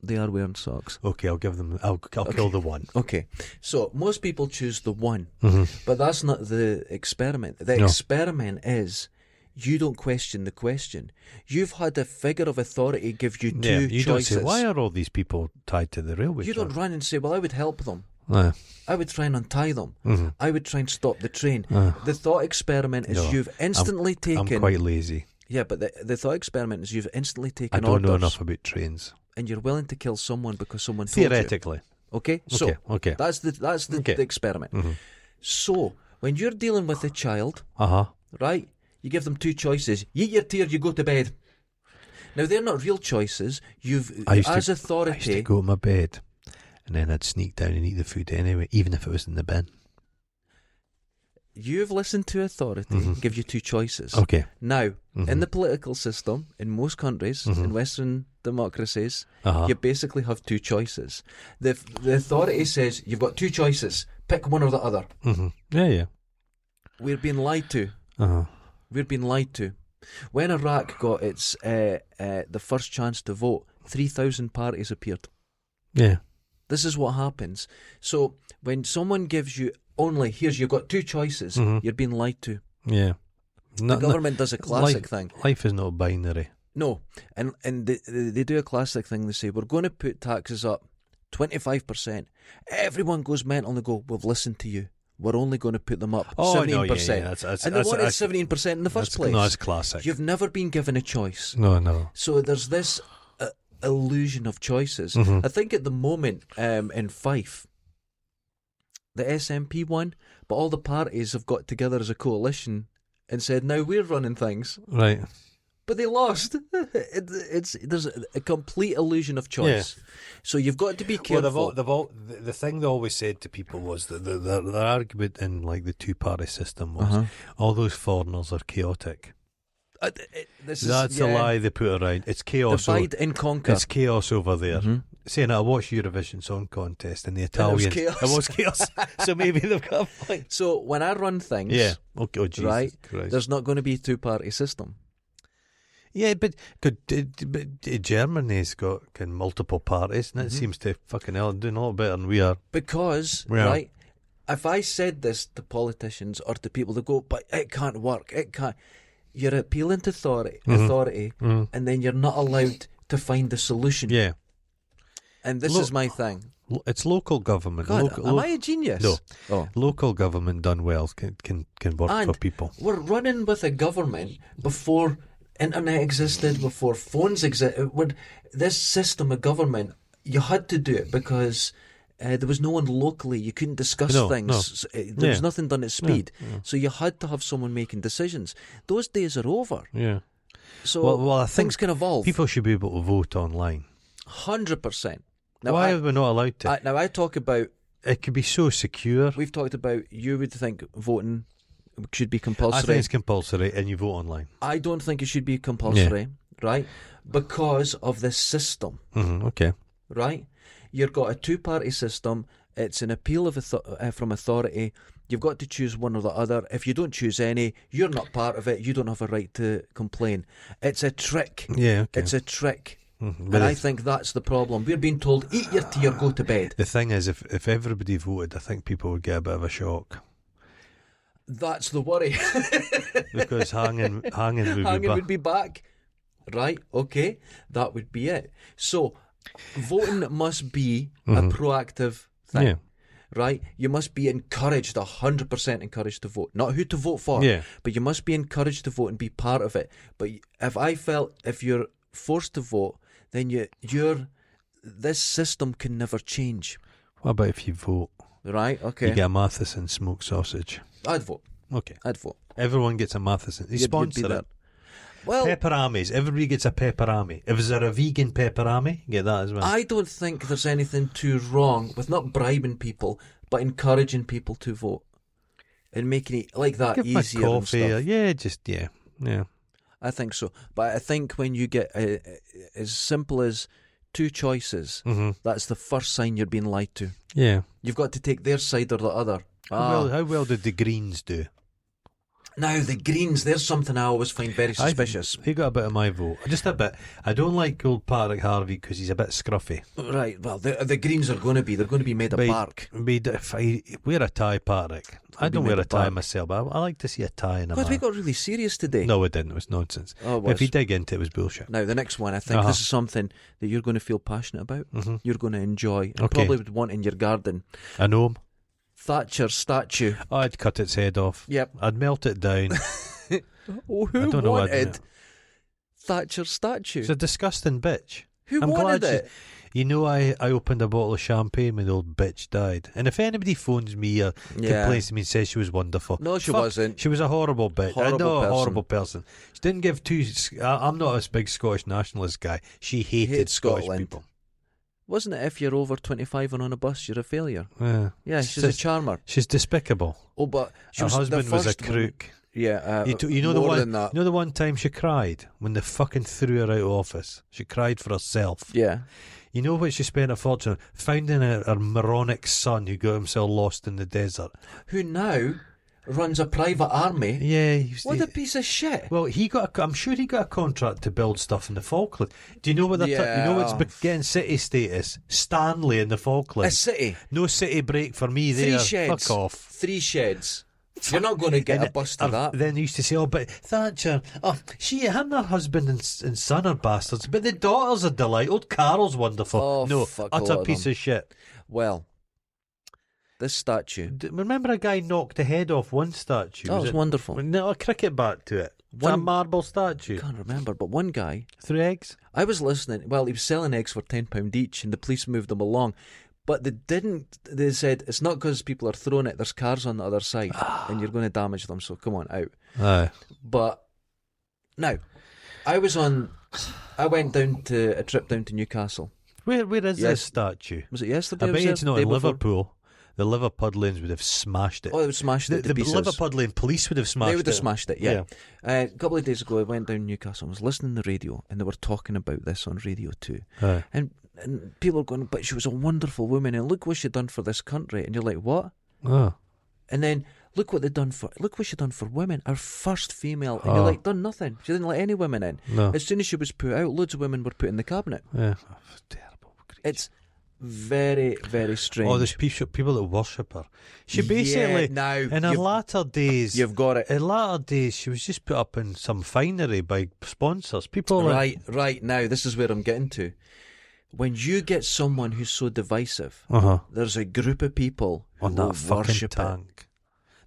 A: they are wearing socks.
B: Okay, I'll give them. I'll, I'll
A: Okay.
B: kill the one.
A: Okay, so most people choose the one,
B: Mm-hmm.
A: but that's not the experiment. The
B: No.
A: experiment is you don't question the question. You've had a figure of authority give you two
B: Yeah, you don't
A: choices.
B: say why are all these people tied to the railway?
A: you don't
B: track?"
A: run and say, "Well, I would help them.
B: No.
A: I would try and untie them.
B: Mhm.
A: I would try and stop the train."
B: Uh,
A: The thought experiment is
B: No,
A: you've instantly taken.
B: I'm quite lazy.
A: Yeah, but the, the thought experiment is you've instantly
B: I
A: taken
B: don't
A: orders
B: know enough about trains.
A: and you're willing to kill someone because someone told you.
B: Theoretically,
A: Okay, so
B: okay, okay,
A: that's the that's the,
B: Okay.
A: the experiment.
B: Mhm.
A: So when you're dealing with a child,
B: uh huh.
A: right? You give them two choices: you eat your tear, you go to bed. Now they're not real choices. You've
B: I used
A: as
B: to- I used to
A: authority.
B: go to my bed, and then I'd sneak down and eat the food anyway, even if it was in the bin.
A: You've listened to authority.
B: Mhm.
A: Give you two choices.
B: Okay,
A: Now, in
B: Mhm.
A: the political system, in most countries, in
B: Mhm.
A: Western democracies,
B: uh huh.
A: you basically have two choices. The the authority says you've got two choices. Pick one or the other.
B: hmm Yeah, yeah.
A: We're being lied to.
B: Uh huh.
A: We're being lied to. When Iraq got its uh, uh, the first chance to vote, three thousand parties appeared.
B: Yeah.
A: This is what happens. So when someone gives you only here's you've got two choices,
B: Mhm.
A: you're being lied to.
B: Yeah.
A: The
B: Not- not-
A: government does a classic
B: life,
A: thing.
B: Life is not binary.
A: No, and and they, they they do a classic thing. They say we're going to put taxes up twenty five percent. Everyone goes mental and they go, "We've listened to you. We're only going to put them up
B: Oh, I
A: seventeen
B: know, yeah,
A: percent."
B: yeah, that's- that's-
A: and they
B: that's-
A: wanted
B: that's-
A: seventeen percent in the first
B: That's-
A: place.
B: No, it's classic.
A: You've never been given a choice.
B: No, no.
A: So there's this uh, illusion of choices.
B: Mhm.
A: I think at the moment um, in Fife, the SNP won, but all the parties have got together as a coalition and said, "Now we're running things,"
B: Right.
A: but they lost. it, it's there's a, a complete illusion of choice. So you've got to be
B: Well,
A: careful.
B: they've all, they've all, the, the thing they always said to people was that the, the, their argument in like the two party system was
A: Uh-huh.
B: all those foreigners are chaotic.
A: Uh, th- it- this is-
B: That's a
A: yeah.
B: lie they put around. It's chaos. o-
A: Divide and conquer.
B: It's chaos over there.
A: Mhm.
B: Saying I watched Eurovision Song Contest and the
A: it was
B: Italians.
A: chaos.
B: It was chaos. so maybe they've got a point.
A: So when I run things,
B: Yeah. Okay. Oh, Jesus
A: Right.
B: Christ.
A: there's not going to be a two-party system.
B: Yeah, but could uh, but, uh, Germany's got can multiple parties, and it
A: Mm-hmm.
B: seems to fucking hell doing a lot better than we are.
A: Because,
B: Yeah.
A: right, if I said this to politicians or to people, they go, but it can't work. It can't. You're appealing to authority,
B: Mm-hmm.
A: authority and then you're not allowed to find the solution.
B: Yeah,
A: And this
B: Look-
A: is my thing.
B: Lo- it's local government.
A: God,
B: local,
A: am
B: lo-
A: I a genius?
B: No.
A: Oh.
B: local government done well can can, can work
A: And-
B: for people.
A: We're running with a government before internet existed, before phones existed. This system of government, you had to do it because uh, there was no one locally. You couldn't discuss
B: No,
A: things.
B: no.
A: S- uh, There was
B: Yeah.
A: nothing done at speed. So you had to have someone making decisions. Those days are over.
B: Yeah,
A: So
B: Well- well, I
A: things
B: think
A: can evolve.
B: people should be able to vote online.
A: 100%. Now,
B: Why
A: I,
B: are we not allowed to?
A: I, now, I talk about,
B: it could be so secure.
A: we've talked about, you would think voting should be
B: I
A: compulsory.
B: think it's compulsory, and you vote online.
A: I don't think it should be compulsory, right? Because of this system,
B: hmm okay.
A: right? You've got a two-party system. It's an appeal of author- uh, from authority. You've got to choose one or the other. If you don't choose any, you're not part of it. You don't have a right to complain. It's a trick.
B: Yeah. Okay.
A: It's a trick.
B: Mhm.
A: and
B: But
A: I
B: if-
A: think that's the problem. We're being told, eat your tea or go to bed.
B: the thing is, if if everybody voted, I think people would get a bit of a shock
A: That's the worry.
B: because hanging hanging would be
A: Hanging
B: ba-
A: would be back. Right, okay, that would be it. So voting must be a proactive thing,
B: Mm-hmm. Yeah.
A: right? You must be encouraged, 100% encouraged to vote. Not who to vote for,
B: Yeah.
A: but you must be encouraged to vote and be part of it. But if I felt if you're forced to vote, then you you're this system can never change,
B: What about if you vote?
A: right?
B: You
A: Okay,
B: get a Matheson smoked sausage.
A: I'd vote.
B: Okay.
A: I'd vote.
B: Everyone gets a Matheson. They
A: You'd- you'd be
B: sponsor
A: there.
B: it.
A: Well,
B: Pepperamis. Everybody gets a pepperami. If there's a vegan pepperami, get that as well.
A: I don't think there's anything too wrong with not bribing people, but encouraging people to vote and making it like that
B: Give 'em a
A: Ah, easier. and
B: coffee.
A: stuff.
B: uh, Yeah, just yeah, yeah.
A: I think so. But I think when you get uh, as simple as two choices,
B: Mm-hmm.
A: that's the first sign you're being lied to.
B: Yeah.
A: You've got to take their side or the other.
B: How,
A: Ah.
B: well, uh, how well did the Greens do?
A: Now, the Greens, there's something I always find very
B: I-
A: suspicious.
B: he got a bit of my vote, just a bit. I don't like old Patrick Harvey because he's a bit scruffy.
A: Right, well, the, the Greens are going to be. They're going to be made of
B: Right.
A: bark.
B: We'd, if I wear a tie, Patrick. I
A: It'd be
B: don't wear
A: made
B: a
A: of
B: tie
A: bark.
B: myself, but I, I like to see a tie in a
A: But we
B: man.
A: got really serious today.
B: No, it didn't. It was nonsense.
A: Oh, it
B: But If you
A: was.
B: dig into it, it was bullshit.
A: Now, the next one, I think
B: Uh-huh.
A: this is something that you're going to feel passionate about.
B: hmm
A: You're going to enjoy and
B: Okay.
A: probably would want in your garden.
B: I know him.
A: Thatcher statue.
B: I'd cut its head off.
A: Yep.
B: I'd melt it down.
A: Oh, who
B: I don't know. I'd-
A: wanted Thatcher statue?
B: It's a disgusting bitch.
A: who
B: I'm
A: wanted
B: glad
A: it?
B: she- You know, I, I opened a bottle of champagne when the old bitch died. And if anybody phones me or
A: Yeah.
B: complains to me and says she was wonderful,
A: No, she
B: fuck,
A: wasn't.
B: She was a horrible bitch. I
A: Horrible
B: know a
A: person.
B: horrible person. She didn't give two. s- I, am not a big Scottish nationalist guy. She hated,
A: Hated
B: Scottish
A: Scotland.
B: people.
A: Wasn't it if you're over 25 and on a bus, you're a failure?
B: Yeah,
A: Yeah,
B: It's
A: she's a
B: just-
A: charmer.
B: she's despicable.
A: Oh, but she
B: Her
A: was
B: husband
A: the
B: was
A: first
B: a
A: One.
B: crook.
A: Yeah, uh,
B: You, t- you know the
A: more
B: one.
A: than that.
B: You know the one time she cried when they fucking threw her out of office. She cried for herself.
A: Yeah,
B: You know what she spent her fortune on? finding her, her moronic son who got himself lost in the desert.
A: who now runs a private army?
B: Yeah, he was,
A: What a piece of shit!
B: well, he got. A, co- I'm sure he got a contract to build stuff in the Falklands. Do you know what? they're ta- you know what's
A: Yeah.
B: be- getting city status? Stanley in the
A: a
B: Falklands.
A: city,
B: no city break for me
A: three
B: there.
A: sheds,
B: Fuck off.
A: three sheds. You're not going to get
B: And
A: a bus to
B: I've-
A: that.
B: Then they used to say, "Oh, but Thatcher, oh, she, him, her husband and, s- and son are bastards, but the daughters are delight. Old Carol's wonderful.
A: Oh,
B: no,
A: fuck a
B: utter
A: lot of
B: piece
A: them.
B: of shit.
A: Well, this statue.
B: D- Remember a guy knocked the head off one statue?
A: That was
B: it-
A: wonderful.
B: No, a cricket bat to it. It's a
A: One-
B: marble
A: I
B: statue.
A: can't remember, but one guy
B: Three eggs.
A: I was listening. Well, he was selling eggs for ten pound each, and the police moved them along. But they didn't. They said it's not because people are throwing it. There's cars on the other side, and you're going to damage them. So come on out.
B: Aye.
A: But now, I was on. I went down to a trip down to Newcastle.
B: Where where is
A: Yes.
B: this statue?
A: Was it yesterday?
B: I
A: or
B: bet
A: was it
B: it's not
A: the
B: in
A: day before?
B: Liverpool. The Liverpudlians would have smashed it.
A: Oh, they would smashed
B: the
A: it to
B: the
A: pieces.
B: Liverpudlian police would have smashed it.
A: they would have smashed it. Yeah. Uh, a couple of days ago, I went down to Newcastle. and was listening to the radio, and they were talking about this on Radio Two.
B: Aye.
A: And and people are going, but she was a wonderful woman, and look what she done for this country. And you're like, what?
B: Oh.
A: And then look what they done for look what she done for women. Our first female, and you're
B: Oh.
A: like, done nothing. She didn't let any women in.
B: No.
A: As soon as she was put out, loads of women were put in the cabinet.
B: Yeah. Terrible.
A: It's very very strange.
B: Oh, there's people, people that worship her. She
A: Yeah,
B: basically,
A: now,
B: in her
A: you've-
B: latter days,
A: You've got it.
B: in latter days, she was just put up in some finery by sponsors. People are
A: Right, right now, this is where I'm getting to. When you get someone who's so divisive,
B: uh huh,
A: there's a group of people who
B: on
A: will
B: that fucking
A: worship it.
B: tank.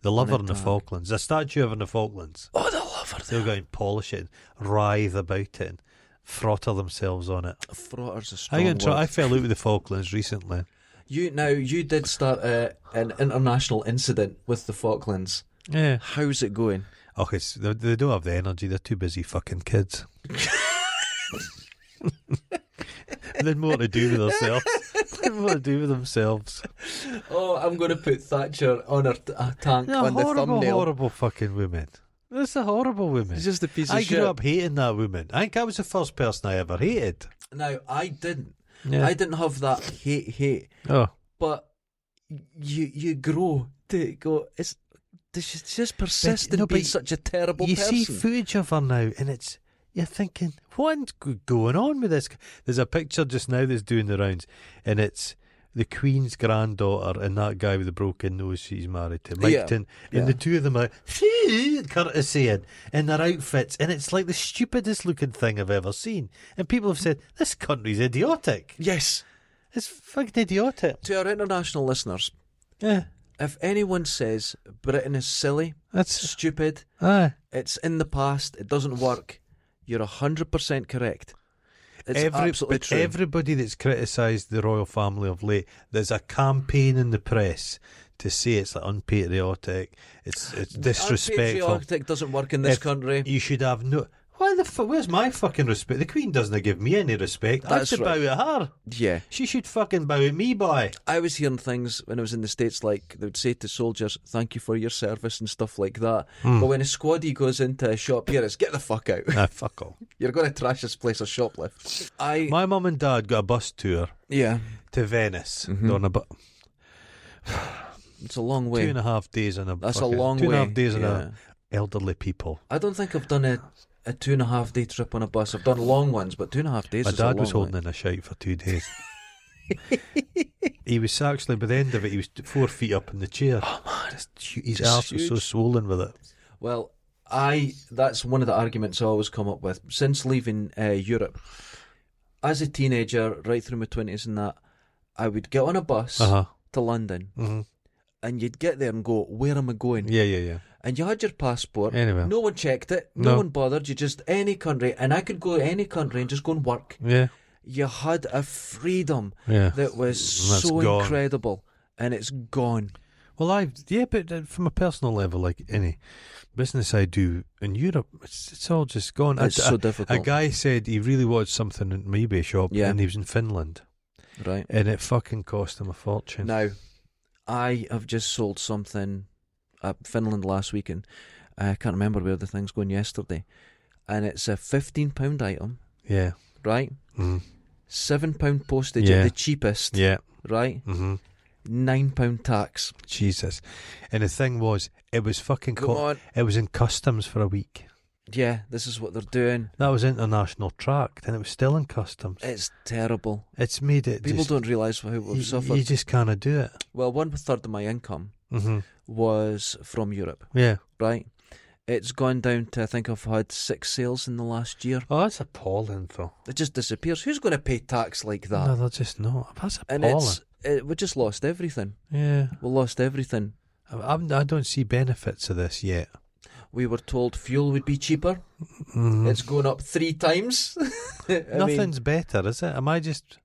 B: The lover
A: that
B: in the
A: tank.
B: Falklands, the statue of in the Falklands.
A: Oh, they love her.
B: They'll go and polish it, and writhe about it, and frotter themselves on it.
A: Frotter's a strong
B: I, got in trou-
A: word.
B: I fell out with the Falklands recently.
A: You now you did start a, an international incident with the Falklands.
B: Yeah.
A: How's it going?
B: Oh, it's, they, they don't have the energy. They're too busy fucking kids. They'd more to do with themselves. They'd more to do with themselves.
A: Oh, I'm going to put Thatcher on her t- a tank
B: They're
A: on the
B: horrible,
A: thumbnail.
B: horrible fucking women. That's a horrible woman.
A: It's just a piece of
B: I grew
A: shit.
B: up hating that woman. I think I was the first person I ever hated.
A: Now I didn't.
B: Yeah.
A: I didn't have that hate hate,
B: Oh,
A: but you you grow to go. It's she's just persistent
B: no,
A: in being
B: but
A: such a terrible
B: you
A: person.
B: see footage of her now, and it's you're thinking, what's go- going on with this? There's a picture just now that's doing the rounds, and it's the Queen's granddaughter and that guy with the broken nose she's married to, Mike
A: Yeah.
B: Tin,
A: Yeah.
B: and the two of them are courtesy in, in their outfits, and it's like the stupidest looking thing I've ever seen. And people have said this country's idiotic.
A: Yes.
B: It's fucking idiotic.
A: To our international listeners,
B: Yeah,
A: if anyone says Britain is silly,
B: that's ah.
A: stupid,
B: aye.
A: it's in the past, it doesn't work, you're hundred percent correct. It's absolutely
B: but
A: true.
B: Everybody that's criticised the royal family of late, there's a campaign in the press to say it's like unpatriotic, it's it's disrespectful.
A: Unpatriotic doesn't work in this
B: If
A: country.
B: You should have no. Why the fuck? Where's my fucking respect? The Queen doesn't give me any respect. I
A: That's
B: should
A: right.
B: bow at her.
A: Yeah.
B: She should fucking bow at me, boy.
A: I was hearing things when I was in the States like they would say to soldiers, Thank you for your service and stuff like that.
B: Hmm.
A: But when a squaddy goes into a shop here, it's get the fuck out.
B: Ah, fuck all.
A: You're gonna trash this place or shoplift. I
B: My mum and dad got a bus tour
A: Yeah.
B: to Venice. They're on a bu-
A: It's a long
B: two
A: way.
B: and a half days on a.
A: That's a
B: fucking-
A: long
B: two and a
A: way,
B: half days on
A: yeah.
B: a elderly people.
A: I don't think I've done a, a two and a half day trip on a bus. I've done long ones, but two and a half days
B: My
A: is a
B: dad was
A: long
B: holding
A: way.
B: in a shite for two days. he was actually by the end of it, he was four feet up in the chair. Oh man, his
A: it's
B: arse was so
A: huge.
B: swollen with it.
A: Well, I that's one of the arguments I always come up with since leaving uh, Europe. As a teenager, right through my twenties and that, I would get on a bus
B: Uh huh.
A: to London,
B: Mhm.
A: and you'd get there and go, "Where am I going?"
B: Yeah, yeah, yeah.
A: And you had your passport.
B: Anyway.
A: no one checked it. No,
B: No.
A: one bothered. You just any country, and I could go to any country and just go and work.
B: Yeah,
A: You had a freedom
B: yeah.
A: that was
B: That's
A: so
B: gone.
A: incredible, and it's gone.
B: well, I yeah, but uh, from a personal level, like any business I do in Europe, it's, it's all just gone. I-
A: It's
B: I-
A: so
B: a
A: difficult,
B: guy said he really wanted something in my eBay shop,
A: Yeah.
B: and he was in Finland,
A: right?
B: and it fucking cost him a fortune.
A: Now, I have just sold something at Finland last week, and I can't remember where the thing's going yesterday. And it's a fifteen pound item,
B: Yeah,
A: right?
B: mm.
A: Seven pound postage
B: Yeah.
A: at the cheapest,
B: yeah.
A: right?
B: hmm
A: Nine pound tax.
B: Jesus. And the thing was, it was fucking
A: Come
B: caught.
A: on,
B: It was in customs for a week.
A: yeah, this is what they're doing.
B: That was international tracked, and it was still in customs.
A: It's terrible.
B: It's made it.
A: Eh, People
B: just,
A: don't realise how we've
B: you,
A: suffered.
B: you just can't do it.
A: well, one third of my income
B: hmm
A: was from Europe,
B: Yeah.
A: right? It's gone down to I think I've had six sales in the last year.
B: Oh, that's appalling, though.
A: It just disappears. Who's going to pay tax like that?
B: No, they're just not. That's
A: and
B: appalling.
A: it's it, we just lost everything.
B: Yeah.
A: We lost everything.
B: I, I'm, I don't see benefits of this yet.
A: We were told fuel would be cheaper.
B: Mhm.
A: It's going up three times. I mean,
B: Nothing's better, is it? Am I just.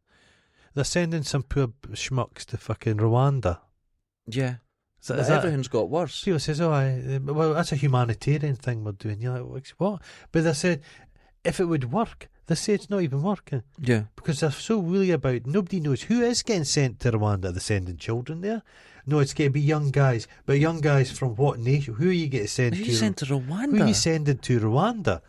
B: They're sending some poor schmucks to fucking Rwanda.
A: yeah,
B: Is that,
A: but
B: is that,
A: everything's got worse.
B: People says, "Oh, I, well, that's a humanitarian thing we're doing." You're like, "What?" But they said, "If it would work," they say it's not even working
A: Yeah,
B: because they're so woolly about. Nobody knows who is getting sent to Rwanda. They're sending children there. No, it's going to be young guys, but young guys from what nation? Who are you getting sent
A: who
B: to?
A: you sent to
B: who are you
A: Rwanda?
B: sending to Rwanda?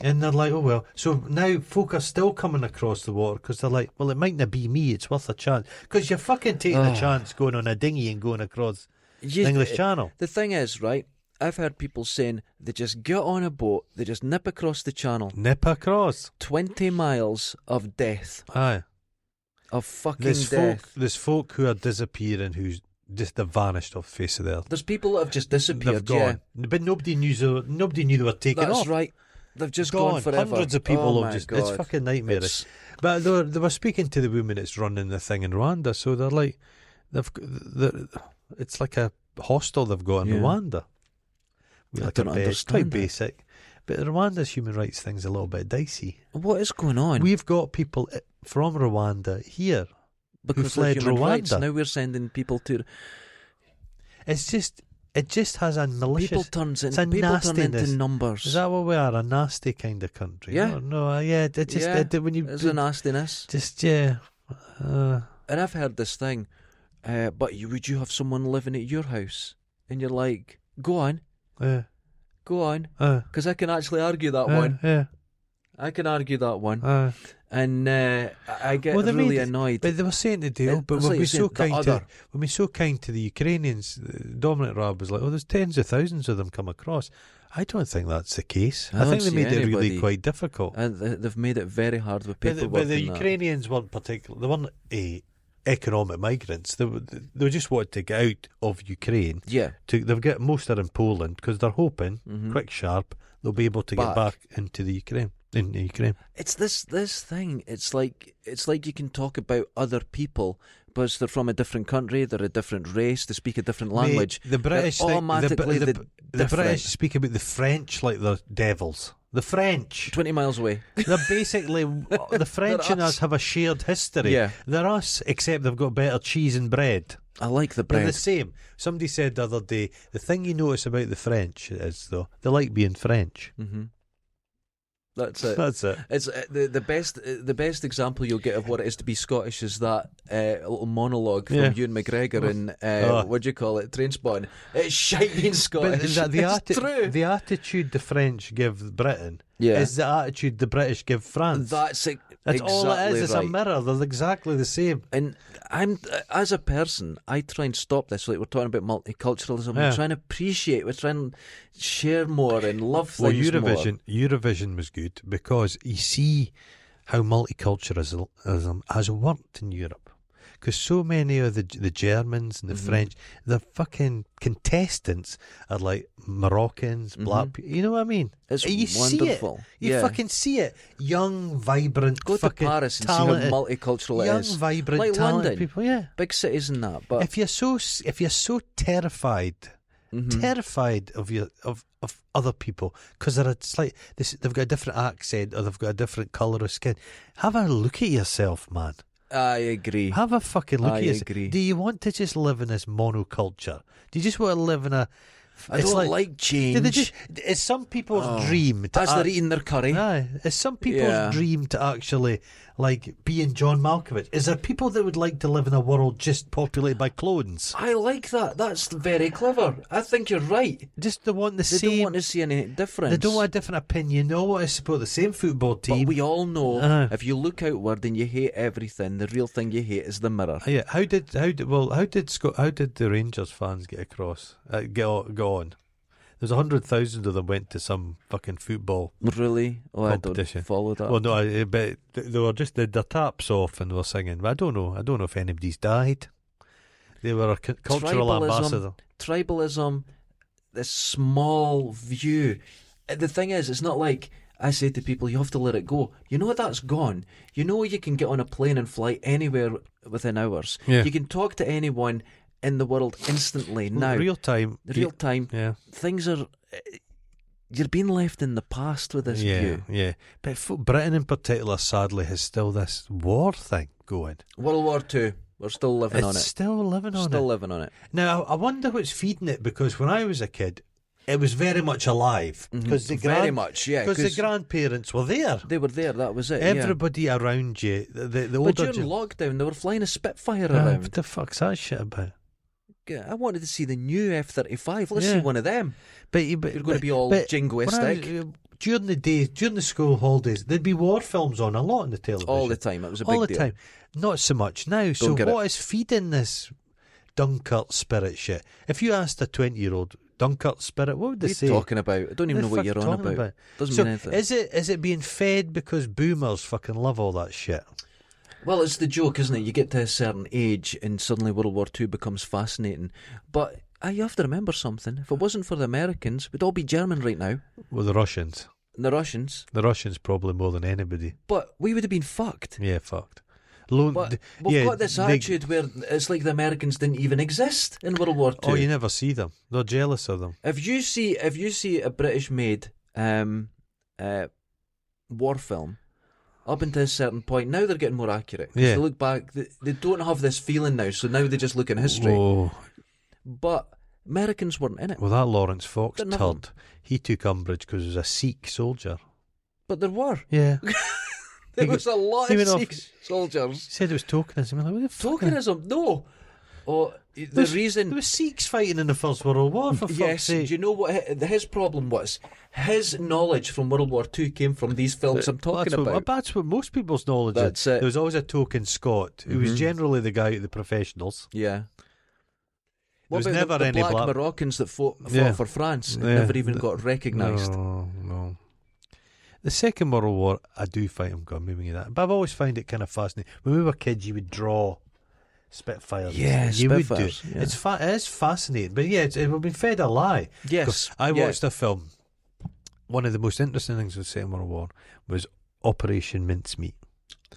B: And they're like, "Oh well." So now folk are still coming across the water because they're like, "Well, it might not be me. It's worth a chance because you're fucking taking
A: Oh.
B: a chance going on a dinghy and going across
A: You-
B: the English Channel."
A: The thing is, right? I've heard people saying they just get on a boat, they just nip across the channel,
B: Nip across.
A: twenty miles of death,
B: Aye.
A: of fucking
B: There's
A: death.
B: folk, there's folk who are disappearing who's just have vanished off the face of the earth.
A: There's people that have just
B: They've
A: disappeared.
B: gone,
A: yeah,
B: but nobody knew they were, nobody knew they were taken
A: that's
B: off.
A: right. They've just gone,
B: gone.
A: forever.
B: Hundreds of people
A: oh
B: have
A: my
B: just.
A: God.
B: It's fucking nightmarish.
A: It's-
B: But they were, they were speaking to the woman that's running the thing in Rwanda, so they're like, they've, g- they're, it's like a hostel they've got in
A: Yeah.
B: Rwanda. We
A: I
B: like
A: don't
B: a bed,
A: understand
B: quite
A: it.
B: basic, but Rwanda's human rights thing's a little bit dicey.
A: What is going on?
B: We've got people eh, from Rwanda here
A: because of
B: fled
A: human rights.
B: Rwanda.
A: Now we're sending people to
B: It's just it just has a malicious.
A: people turns
B: it's a
A: into people turn into
B: nastiness.
A: numbers.
B: is that what we are? A nasty kind of country?
A: Yeah.
B: No, no uh, yeah. It just
A: Yeah,
B: it, when you
A: it's a nastiness.
B: just yeah. Uh,
A: And I've heard this thing, uh, but you, would you have someone living at your house? And you're like, go on,
B: uh,
A: go on,
B: uh,
A: because I can actually argue that
B: uh,
A: one.
B: Yeah.
A: I can argue that one,
B: Uh.
A: and uh, I- I get
B: Well, they
A: really
B: made-
A: annoyed.
B: But they were saying to do,
A: It-
B: but
A: it's
B: we'll
A: like
B: be
A: you're
B: so
A: saying, the
B: kind to
A: other.
B: we'll be so kind to the Ukrainians. uh, Dominic Raab was like, "Oh, there's tens of thousands of them come across." I don't think that's the case.
A: I
B: I, think they
A: don't
B: made
A: see
B: it really
A: anybody.
B: quite difficult.
A: and th- they've made it very hard with
B: But
A: paperwork.
B: the, but the
A: and that.
B: Ukrainians weren't particular. They weren't eh, economic migrants. They were- they just wanted to get out of Ukraine.
A: Yeah.
B: To they've got most are in Poland because they're hoping
A: Mhm.
B: quick sharp they'll be able to
A: Back.
B: get back into the Ukraine. Into Ukraine.
A: It's this this thing. It's like it's like you can talk about other people, but they're from a different country, they're a different race, they speak a different language.
B: Mate, the
A: They're
B: British think- the-
A: automatically
B: the,
A: the,
B: the
A: different.
B: British speak about the French like they're devils. The French.
A: twenty miles away.
B: They're basically the French and
A: us.
B: us have a shared history.
A: Yeah.
B: They're us, except they've got better cheese and bread.
A: I like the
B: They're
A: bread.
B: the same. Somebody said the other day, the thing you notice about the French is though they like being French.
A: hmm That's it.
B: That's it.
A: It's uh, the the best uh, the best example you'll get of what it is to be Scottish is that uh, little monologue from
B: Yeah.
A: Ewan McGregor in uh,
B: Oh.
A: what do you call it Trainspotting. It's shite being
B: But
A: Scottish.
B: the, the,
A: it's
B: atti-
A: true.
B: the attitude the French give Britain
A: yeah,
B: is the attitude the British give France.
A: that's it.
B: That's
A: exactly
B: all it is. It's
A: right.
B: a mirror. They're exactly the same.
A: and I'm as a person, I try and stop this. Like we're talking about multiculturalism,
B: Yeah.
A: we're trying to appreciate, we're trying to share more and love
B: Well,
A: things more.
B: Eurovision, Eurovision was good because you see how multiculturalism has um, worked in Europe. Because so many of the the Germans and the
A: Mm-hmm.
B: French, the fucking contestants are like Moroccans, black. pe You know what I mean?
A: Mm-hmm. It's
B: you
A: wonderful.
B: See it. You
A: Yeah.
B: fucking see it. Young, vibrant,
A: Go to
B: fucking
A: Paris and see
B: talented,
A: how multicultural
B: young,
A: it is.
B: vibrant,
A: like
B: talented
A: London,
B: people. Yeah.
A: big cities and that. But
B: If you're so s- if you're so terrified
A: Mhm.
B: terrified of your of of other people because they're a slight they, s- they've got a different accent or they've got a different colour of skin. Have a look at yourself, man.
A: I agree.
B: Have a fucking look
A: Eh, I
B: at yourself.
A: agree.
B: Do you want to just live in this monoculture? Do you just want to live in a?
A: I
B: it's
A: don't like, change. Oh,
B: Do they just? uh, It's some people's dream to
A: as
B: act-
A: they're eating their curry.
B: Aye, it's some people's
A: Yeah.
B: dream to actually like be in John Malkovich. Is there people that would like to live in a world just populated by clones?
A: I like that. That's very clever. I think you're right.
B: Just they want the
A: They
B: same.
A: don't want to see any difference.
B: They don't want a different opinion. They all want to support the same football team.
A: But we all know
B: Uh.
A: if you look outward and you hate everything, the real thing you hate is the mirror.
B: Uh, yeah, how did how did well how did Scott how did the Rangers fans get across uh, get o- go on? There's a hundred thousand of them went to some fucking football.
A: Really? Oh, I don't
B: Competition.
A: follow that.
B: Well, no, I, I bet th- they were just they had their taps off and were singing. But I don't know. I don't know if anybody's died. They were a cu- cultural
A: Tribalism.
B: ambassador.
A: Tribalism, this small view. Uh, The thing is, it's not like I say to people, you have to let it go. You know that's gone. You know you can get on a plane and fly anywhere within hours.
B: Yeah.
A: You can talk to anyone in the world instantly now.
B: real time.
A: Real time.
B: Yeah.
A: Things are. uh, You're being left in the past with this
B: yeah,
A: view.
B: yeah. But fo- Britain in particular, sadly, has still this war thing going.
A: World War Two. We're still living
B: it's
A: on it.
B: still living on
A: Still
B: it.
A: living on it.
B: Now, I I wonder what's feeding it because when I was a kid, it was very much alive because the
A: Mm-hmm. Very
B: grand-
A: much, yeah,
B: 'cause the
A: 'cause-
B: grandparents were there.
A: They were there. That was it. yeah.
B: Everybody around you, the the,
A: But
B: the older
A: during
B: gen-
A: lockdown, they were flying a Spitfire
B: Ah,
A: around.
B: what the fuck's that shit about?
A: Yeah, I wanted to see the new F thirty five. Let's see
B: Yeah.
A: one of them.
B: But you- but
A: They're gonna
B: but-
A: be all
B: but
A: jingoistic.
B: when I was- uh, during the days, during the school holidays. There'd be war films on a lot on the television
A: All the time. It was a big
B: all the
A: deal.
B: time. Not so much now. so
A: get
B: what
A: it.
B: is feeding this Dunkirk spirit shit? If you asked a twenty-year-old Dunkirk spirit, what would
A: What
B: they
A: are you
B: say?
A: talking about? I don't even know what
B: The fuck
A: you're on
B: talking
A: about. Doesn't
B: so
A: mean anything.
B: Is it is it being fed because boomers fucking love all that shit?
A: Well, it's the joke, isn't it? You get to a certain age and suddenly World War Two becomes fascinating. But I you have to remember something. If it wasn't for the Americans, we'd all be German right now.
B: Well, the Russians,
A: And the Russians.
B: the Russians probably more than anybody.
A: But we would have been fucked.
B: Yeah, fucked. Lone,
A: But
B: d-
A: we've
B: yeah,
A: got this
B: they-
A: attitude where it's like the Americans didn't even exist in World War Two.
B: Oh, you never see them. They're jealous of them.
A: If you see if you see a British made um, uh, war film up until a certain point, now they're getting more accurate. 'Cause
B: Yeah.
A: They look back, they, they don't have this feeling now, so now they just look in history.
B: Oh,
A: But Americans weren't in it,
B: well, that Lawrence Fox
A: Didn't have
B: turd. He took umbrage because he was a Sikh soldier.
A: but there were.
B: Yeah, he
A: There
B: He
A: was a lot
B: he
A: of
B: went off-
A: Sikh soldiers.
B: said it was tokenism. I'm like, what the fuck?
A: Tokenism, no. Oh, the
B: There's-
A: reason
B: there was Sikhs fighting in the First World War for fuck's
A: Yes, do
B: sake.
A: you know what hi- his problem was? His knowledge from World War Two came from these films I'm talking
B: that's
A: about.
B: What, that's what most people's knowledge
A: That's
B: is.
A: it. Mm-hmm.
B: There was always a token Scot who was generally the guy at the professionals.
A: Yeah. What
B: was
A: about
B: never
A: the, the
B: any
A: black,
B: black-
A: Moroccans that fought, fought
B: Yeah.
A: for France and
B: Yeah.
A: never even got recognised?
B: No, no. The Second World War, I do fight him. I'm moving that, but I've always found it kind of fascinating. When we were kids, you would draw Spitfires.
A: Yeah,
B: you
A: Spitfires,
B: would do.
A: yeah.
B: It's fa- it is fascinating, but yeah, it's, it, we've been fed a lie.
A: Yes,
B: I
A: yeah.
B: watched a film. One of the most interesting things of the Second World War was Operation Mincemeat.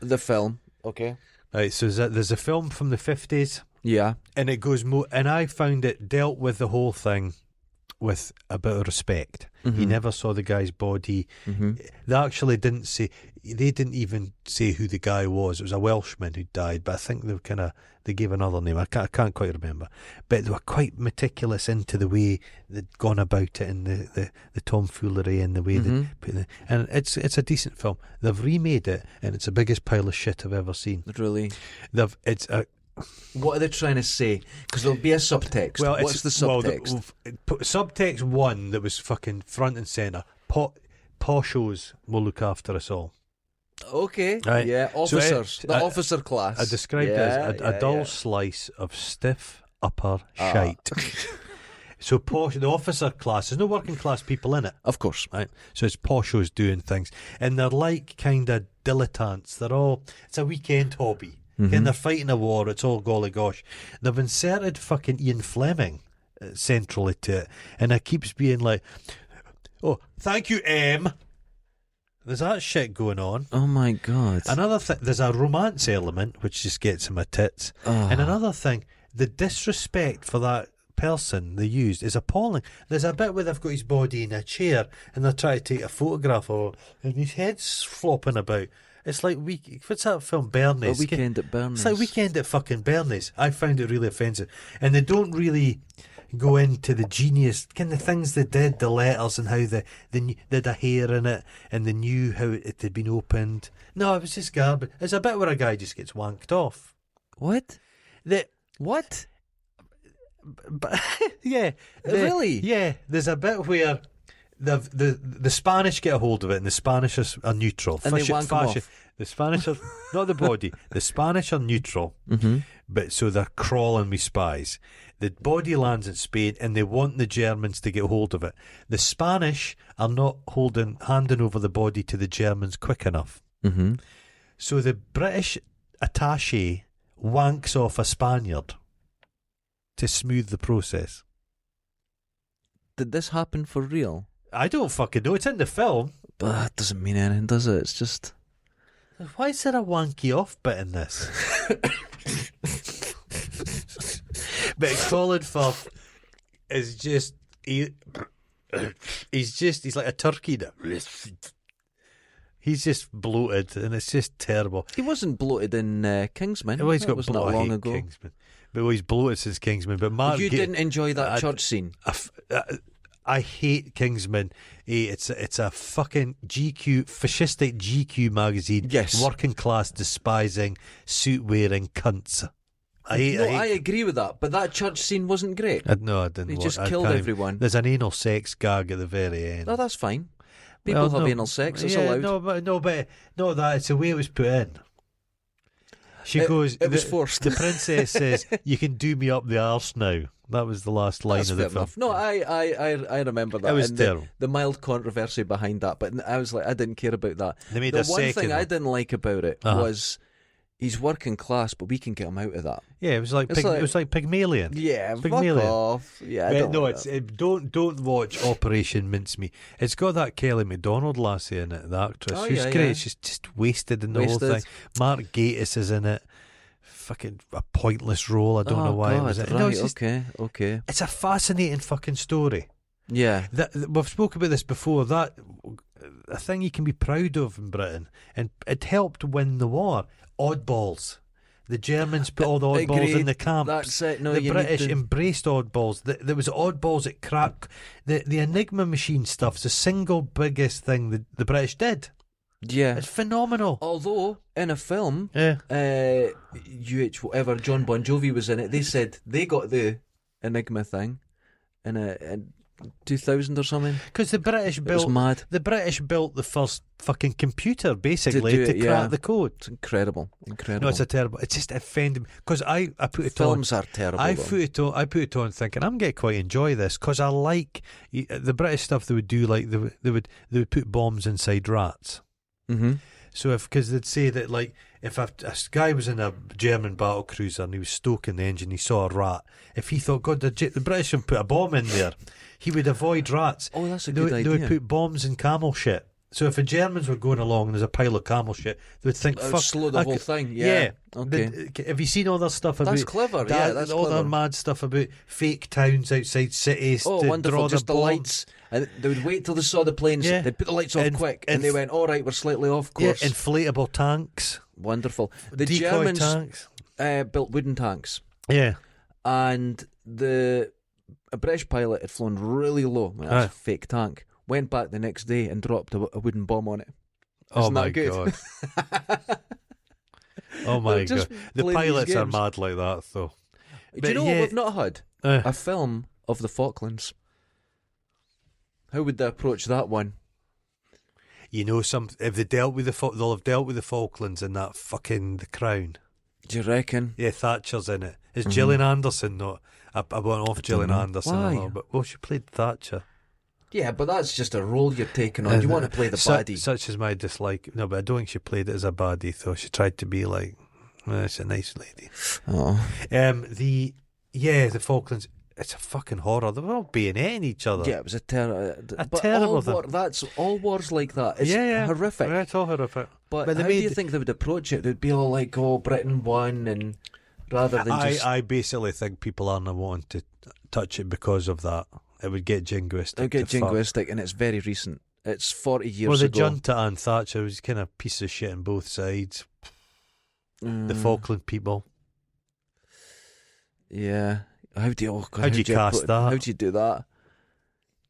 A: The film. Okay.
B: Right, so there's a, there's a film from the fifties,
A: Yeah.
B: and it goes more. And I found it dealt with the whole thing with a bit of respect. He never saw the guy's body. They actually didn't say. They didn't even say who the guy was. It was a Welshman who died, but I think they kind of they gave another name. I can't, I can't quite remember. But they were quite meticulous into the way they'd gone about it and the, the, the tomfoolery and the way they put it. And it's it's a decent film. They've remade it, and it's the biggest pile of shit I've ever seen.
A: Really.
B: They've it's a
A: What are they trying to say? Because there'll be a subtext.
B: well,
A: What's
B: it's
A: the
B: well,
A: subtext?
B: the- p- subtext one that was fucking front and center. Po- poshos will look after us all.
A: okay.
B: Right.
A: Yeah.
B: So, uh,
A: Officers. the
B: I-
A: officer class.
B: I described it as a,
A: yeah,
B: a dull
A: yeah. Ah.
B: slice of stiff upper shite. so posh, the officer class, there's no working class people in it.
A: Of course.
B: Right, so it's poshos doing things, and they're like kind of dilettantes. They're all it's a weekend hobby, and they're fighting a war. It's all golly gosh. They've inserted fucking Ian Fleming uh, centrally to it, and it keeps being like, "Oh, thank you, M." There's that shit going on.
A: Oh my god.
B: Another thing, there's a romance element which just gets in my tits.
A: Ah.
B: And
A: Uh-huh.
B: another thing, the disrespect for that person they used is appalling. There's a bit where they've got his body in a chair and they're trying to take a photograph of him and his head's flopping about. It's like week. What's that film,
A: a
B: Bernie's?
A: weekend at Bernie's.
B: It's like weekend at fucking Bernie's. I found it really offensive, and they don't really go into the genius kind of things they did, the letters and how they they knew- they had a hair in it and they knew how it had been opened. No, it was just garbage. It's a bit where a guy just gets wanked off.
A: What?
B: The,
A: What?
B: but yeah, the-
A: Uh, Really?
B: yeah. There's a bit where. The, the the Spanish get a hold of it, and the Spanish are, s- are neutral.
A: And they
B: Fasci-
A: wank 'em
B: fasci-
A: off.
B: The Spanish are not the body. The Spanish are neutral.
A: Mm-hmm.
B: but so they're crawling with spies. The body lands in Spain, and they want the Germans to get hold of it. The Spanish are not holding handing over the body to the Germans quick enough.
A: Mm-hmm.
B: So the British attaché wanks off a Spaniard to smooth the process.
A: Did this happen for real?
B: I don't fucking know. It's in the film.
A: But that doesn't mean anything, does it? It's just.
B: Why is there a wanky off bit in this? but Colin Firth is just he, he's just he's like a turkey. That, he's just bloated, and it's just terrible.
A: He wasn't bloated in uh, Kingsman.
B: Well, he's
A: That
B: got
A: was not
B: bloated. I
A: long
B: hate
A: ago.
B: Kingsman. But well, he's bloated since Kingsman. But Mark,
A: you
B: Ga-
A: didn't enjoy that
B: I-
A: church scene.
B: I f- I- I hate Kingsman. Eh, It's a, it's a fucking GQ fascistic GQ magazine.
A: Yes.
B: working class despising suit wearing cunts. I hate.
A: no,
B: I, hate Uh,
A: I agree with that, but that church scene wasn't great.
B: I, no, I didn't.
A: They
B: wa-
A: just
B: I
A: killed
B: can't even-
A: everyone.
B: There's an anal sex gag at the very end.
A: No, that's fine. People
B: Well,
A: have
B: no,
A: anal sex. It's
B: yeah,
A: allowed.
B: No, but no, but no, that it's the way it was put in. She
A: It-
B: goes.
A: it was
B: the,
A: forced.
B: The princess says, "You can do me up the arse now." That was the last line
A: That's
B: of
A: fair
B: the film.
A: enough. No, I, I, I, I remember that.
B: was
A: and the-
B: terrible.
A: The, mild controversy behind that, but I was like, I didn't care about that.
B: They made
A: the
B: a
A: one
B: second
A: thing I
B: one.
A: didn't like about it
B: Uh-huh.
A: was he's working class, but we can get him out of that.
B: Yeah, it was like,
A: It's
B: Pygm-
A: like-
B: it was like Pygmalion.
A: Yeah, fuck
B: Pygmalion.
A: off. Yeah, I
B: Uh,
A: don't
B: no,
A: like
B: it's
A: that.
B: uh, don't don't watch Operation Mincemeat. It's got that Kelly McDonald lassie in it, the actress.
A: Oh,
B: who's
A: yeah,
B: great.
A: yeah.
B: She's just wasted in the whole
A: Wasted.
B: thing. Mark Gatiss is in it. Fucking a pointless role. I don't
A: oh,
B: know why
A: God,
B: it was. in it.
A: Right,
B: no, it's, just-
A: okay, okay.
B: it's a fascinating fucking story.
A: Yeah.
B: That, that- we've spoken about this before. That a thing you can be proud of in Britain, and it helped win the war. Oddballs. The Germans put all the oddballs in
A: Agreed.
B: the camps.
A: That's it. No,
B: Um, the
A: you need
B: British
A: to-
B: embraced oddballs. Th there was oddballs at crack. The the Enigma machine stuff's the single biggest thing the, the British did.
A: Yeah.
B: It's phenomenal.
A: Although in a film,
B: Yeah.
A: uh, UH whatever John Bon Jovi was in it, they said they got the Enigma thing in a in 2000 or something.
B: Because the British
A: It was
B: built
A: mad.
B: the British built the first fucking computer basically
A: do
B: to,
A: it,
B: crack
A: yeah.
B: the code.
A: It's incredible, incredible.
B: No, it's a terrible. It just offended me because I I put it on.
A: Films are terrible.
B: I
A: though.
B: put it on. I put it on thinking I'm going to quite enjoy this because I like y- the British stuff. They would do like they, would- they would they would put bombs inside rats.
A: Mhm.
B: So if because they'd say that like if a, a guy was in a German battle cruiser and he was stoking the engine, he saw a rat. If he thought, God, the, Ge- the British have put a bomb in there, he would avoid rats.
A: Oh, that's a
B: they,
A: good
B: would- They
A: idea.
B: would put bombs in camel shit. So if the Germans were going along and there's a pile of camel shit, they would think,
A: That would
B: "Fuck,
A: slow the
B: I
A: whole
B: could-
A: thing,
B: Yeah.
A: yeah. Okay.
B: But, uh, have you seen all this stuff about?
A: That's clever, yeah,
B: that-
A: that's
B: all that
A: clever.
B: mad stuff about fake towns outside cities.
A: Oh,
B: to
A: wonderful!
B: Draw
A: Just the
B: bomb.
A: lights, and they would wait till they saw the planes.
B: Yeah.
A: They'd put the lights on
B: And-
A: quick, and,
B: and-
A: they went, "All right, we're slightly off
B: Yeah,
A: course."
B: inflatable tanks.
A: wonderful. The
B: decoy
A: Germans
B: tanks.
A: uh, built wooden tanks,
B: Yeah.
A: and the a British pilot had flown really low. Well, that's
B: Aye.
A: a fake tank. Went back the next day and dropped a, a wooden bomb on it.
B: Oh
A: Isn't that
B: my
A: good?
B: god. oh my
A: They're just
B: god. The
A: playing these
B: pilots are
A: games.
B: mad like that though.
A: Do
B: But
A: you know what
B: yeah.
A: we've not had?
B: Uh,
A: A film of the Falklands. How would they approach that one?
B: you know some if they dealt with the Fal- they'll have dealt with the Falklands in that fucking The Crown.
A: Do you reckon?
B: Yeah, Thatcher's in it. Is
A: Mm-hmm.
B: Gillian Anderson not? I, I went off Gillian Anderson a
A: Why?
B: little bit. Well, she played Thatcher.
A: Yeah, but that's just a role you're taking
B: Uh,
A: on. You want to play the
B: Su-
A: baddie.
B: Such is my dislike. No, but I don't think she played it as a baddie though. She tried to be like, "Eh, it's a nice lady.
A: Oh.
B: Um, the yeah, the Falklands. It's a fucking horror. They were all bayoneting each other.
A: Yeah, it was a terror.
B: A
A: but
B: terrible
A: all
B: thing.
A: war, That's all wars like that. It's
B: yeah, yeah.
A: horrific.
B: Yeah, it's all horrific.
A: But,
B: But they
A: how do
B: made-
A: you think they would approach it? They'd be all like, "Oh, Britain won," and rather than
B: I,
A: just
B: I basically think people aren't wanting to touch it because of that. It would get jingoistic.
A: they'll get
B: to fuck.
A: jingoistic, and it's very recent. It's forty years
B: Well, the
A: ago.
B: junta and Thatcher was kind of piece of shit on both sides. The
A: Mm,
B: Falkland people.
A: Yeah. How do you? Oh, God,
B: How do you cast
A: put-
B: that?
A: How do you do that?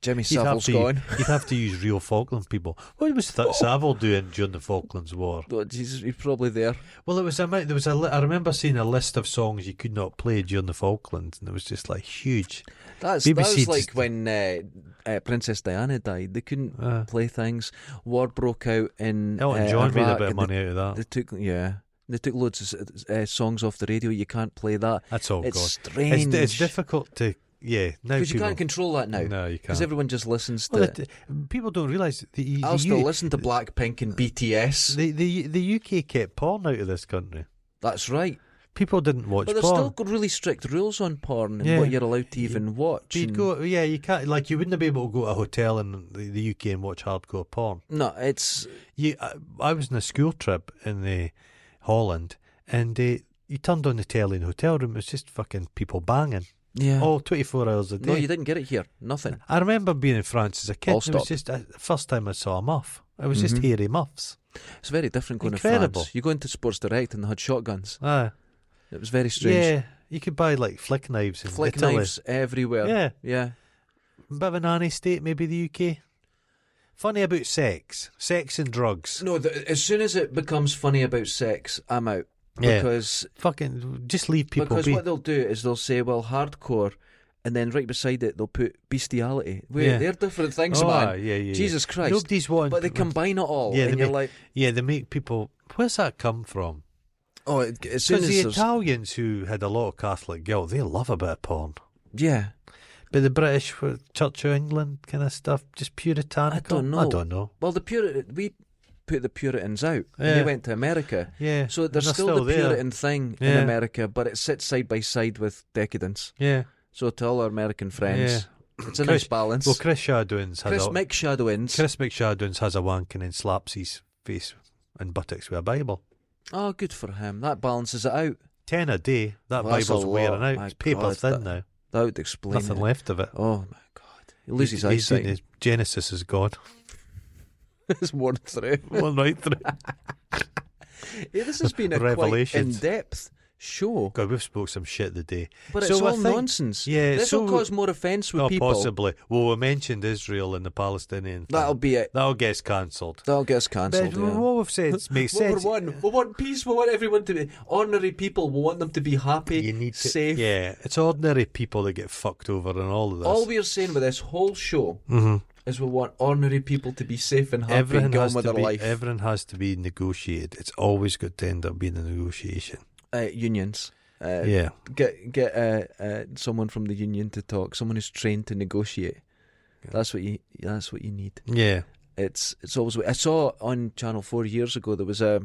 A: Jimmy
B: You'd have,
A: Savile's
B: to,
A: gone.
B: you'd have to use real Falkland people. What was Th- Savile doing during the Falklands War?
A: Oh, Jesus, he's probably there.
B: Well, it was a mi- there was a li- I remember seeing a list of songs you could not play during the Falklands, and it was just like huge.
A: That's that
B: BBC
A: was like
B: just-
A: when uh, uh, Princess Diana died. They couldn't
B: Uh,
A: play things. War broke out in
B: Elton
A: uh,
B: John made a
A: Iraq
B: bit of
A: and they
B: money out of that.
A: They took yeah. They took loads of s- uh, songs off the radio. You can't play that.
B: That's all
A: it's
B: Oh, God.
A: strange.
B: It's, it's difficult to yeah now
A: because you
B: people-
A: can't control that now.
B: No, you
A: Because
B: can't.
A: everyone just listens to.
B: Well,
A: it.
B: it- people don't realise the, the,
A: I'll still
B: U-
A: listen to Blackpink and BTS.
B: the, the the UK kept porn out of this country.
A: That's right.
B: People didn't watch
A: But there's
B: porn.
A: still got really strict rules on porn and
B: Yeah.
A: what you're allowed to even watch.
B: But you'd
A: and-
B: go, yeah, you can't like you wouldn't be able to go to a hotel in the, the UK and watch hardcore porn.
A: No, it's
B: you, I, I was on a school trip in the Holland, and uh, you turned on the telly in the hotel room. It was just fucking people banging
A: yeah.
B: all 24 hours a day.
A: no, you didn't get it here. Nothing.
B: I remember being in France as a kid.
A: All
B: and it was
A: stop.
B: just uh, the first time I saw a muff. It was just
A: Mhm.
B: hairy muffs.
A: It's very different going to
B: Incredible.
A: France. You go into Sports Direct and they had shotguns.
B: Uh,
A: It was very strange.
B: yeah, you could buy like flick knives in
A: Flick
B: Italy.
A: knives everywhere.
B: Yeah,
A: yeah.
B: bit of an nanny state, maybe the UK. Funny about sex, sex and drugs.
A: No, the, as soon as it becomes funny about sex, I'm out
B: Yeah.
A: because
B: Fucking just leave people
A: because
B: be.
A: what they'll do is they'll say, "Well, hardcore," and then right beside it they'll put bestiality. Wait,
B: Yeah.
A: they're different things,
B: Oh,
A: man.
B: aye, yeah, yeah, yeah.
A: Jesus Christ!
B: Nobody's wanting.
A: but they combine it all,
B: Yeah, they
A: and you're
B: make-
A: like,
B: Yeah, they make people. Where's that come from?
A: "Oh, it, as soon
B: Because
A: as
B: the
A: there's-
B: Italians who had a lot of Catholic guilt, they love a bit of porn.
A: yeah,
B: But the British were Church of England kind of stuff, just puritanical.
A: I don't
B: I
A: know.
B: don't know.
A: well, the Puritan we put the Puritans out, and
B: Yeah.
A: they went to America."
B: Yeah.
A: So
B: and
A: there's
B: they're
A: still, the
B: there.
A: Puritan thing in
B: Yeah.
A: America, but it sits side by side with decadence.
B: Yeah.
A: So to all our American friends, it's a
B: Chris-
A: nice balance.
B: Well, Chris Shadowins had
A: Chris
B: a,
A: Mick Shadowins.
B: Chris McShadowins has a wank and then slaps his face and buttocks with a Bible.
A: Oh, good for him. That balances it out.
B: Ten a day. That
A: Well, that's a
B: Bible's wearing
A: lot.
B: out.
A: My
B: It's paper
A: God,
B: thin
A: that-
B: now.
A: That would explain
B: Nothing
A: it.
B: left of it.
A: Oh my god, he loses his
B: He's- he's-
A: eyesight.
B: his Genesis is gone.
A: It's worn through.
B: One right through.
A: Yeah, this has been a quite
B: Revelations.
A: in-depth show,
B: God, we've spoke some shit today.
A: but it's
B: So I
A: all
B: think-
A: nonsense.
B: yeah,
A: this will
B: so-
A: cause more offence with
B: Oh,
A: people.
B: possibly. Well, we mentioned Israel and the Palestinian. Thing.
A: That'll be it.
B: That'll get us cancelled.
A: That'll get us cancelled.
B: But
A: Yeah.
B: what we've said makes
A: What
B: sense.
A: we want, we want peace. We want everyone to be ordinary people. We want them to be happy,
B: You need to,
A: safe.
B: Yeah, it's ordinary people that get fucked over and all of this.
A: All we're saying with this whole show
B: Mhm.
A: is we want ordinary people to be safe and happy
B: Everything
A: and get on
B: has
A: with
B: to
A: their
B: be.
A: life.
B: Everything has to be negotiated. It's always got to end up being a negotiation.
A: uh, unions. Uh,
B: yeah.
A: get get uh, uh, someone from the union to talk, someone who's trained to negotiate. That's what you. That's what you need.
B: Yeah.
A: It's it's always. I saw on Channel Four years ago there was a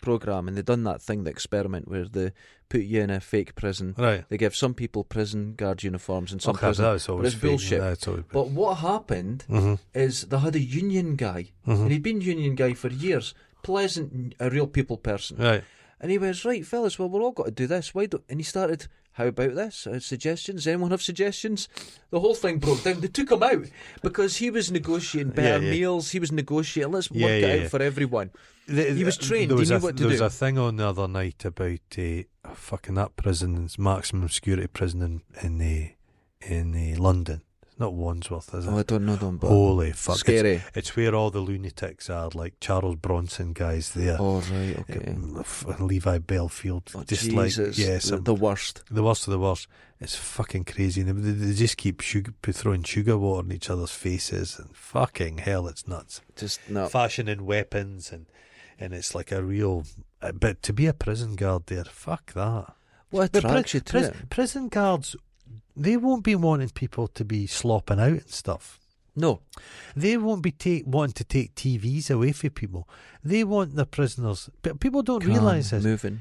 A: program and they done that thing, the experiment where they put you in a fake prison.
B: Right.
A: They give some people prison guard uniforms and some
B: Oh. Okay,
A: prison.
B: that's always
A: but it's
B: fake,
A: bullshit.
B: that's always-
A: But what happened
B: Mm-hmm.
A: is they had a union guy, and he'd been union guy for years. Pleasant, a real people person.
B: Right.
A: And he was right, fellas. Well, we're all got to do this. Why don't? And he started. How about this? Uh, suggestions? Anyone have suggestions? The whole thing broke down. They took him out because he was negotiating better
B: Yeah, yeah.
A: meals. He was negotiating. Let's work
B: Yeah,
A: it
B: yeah,
A: out
B: yeah.
A: for everyone.
B: Th-
A: He was
B: th-
A: trained,
B: uh, There
A: he
B: was,
A: knew
B: a, th-
A: what to
B: there was
A: do.
B: a thing on the other night about uh, fucking that prison. It's maximum security prison in in, uh, in uh, London. It's not Wandsworth, is it?
A: Oh, I don't know them, but
B: Holy fuck!
A: scary.
B: It's, it's where all the lunatics are, like Charles Bronson guys there,
A: oh right, okay.
B: Um, f- Levi Belfield,
A: Oh,
B: just like
A: Jesus,
B: yeah,
A: the-
B: some,
A: the worst.
B: the worst of the worst. It's fucking crazy. They, they they just keep sugar, throwing sugar water in each other's faces, and fucking hell, it's nuts
A: Just no.
B: fashioning weapons and and it's like a real uh, but to be a prison guard there fuck that
A: What
B: But pri-
A: attracts you to
B: pris-
A: it?
B: prison guards they won't be wanting people to be slopping out and stuff
A: No,
B: they won't be take, wanting to take TVs away from people they want the prisoners but people don't
A: Calm,
B: realise this
A: moving.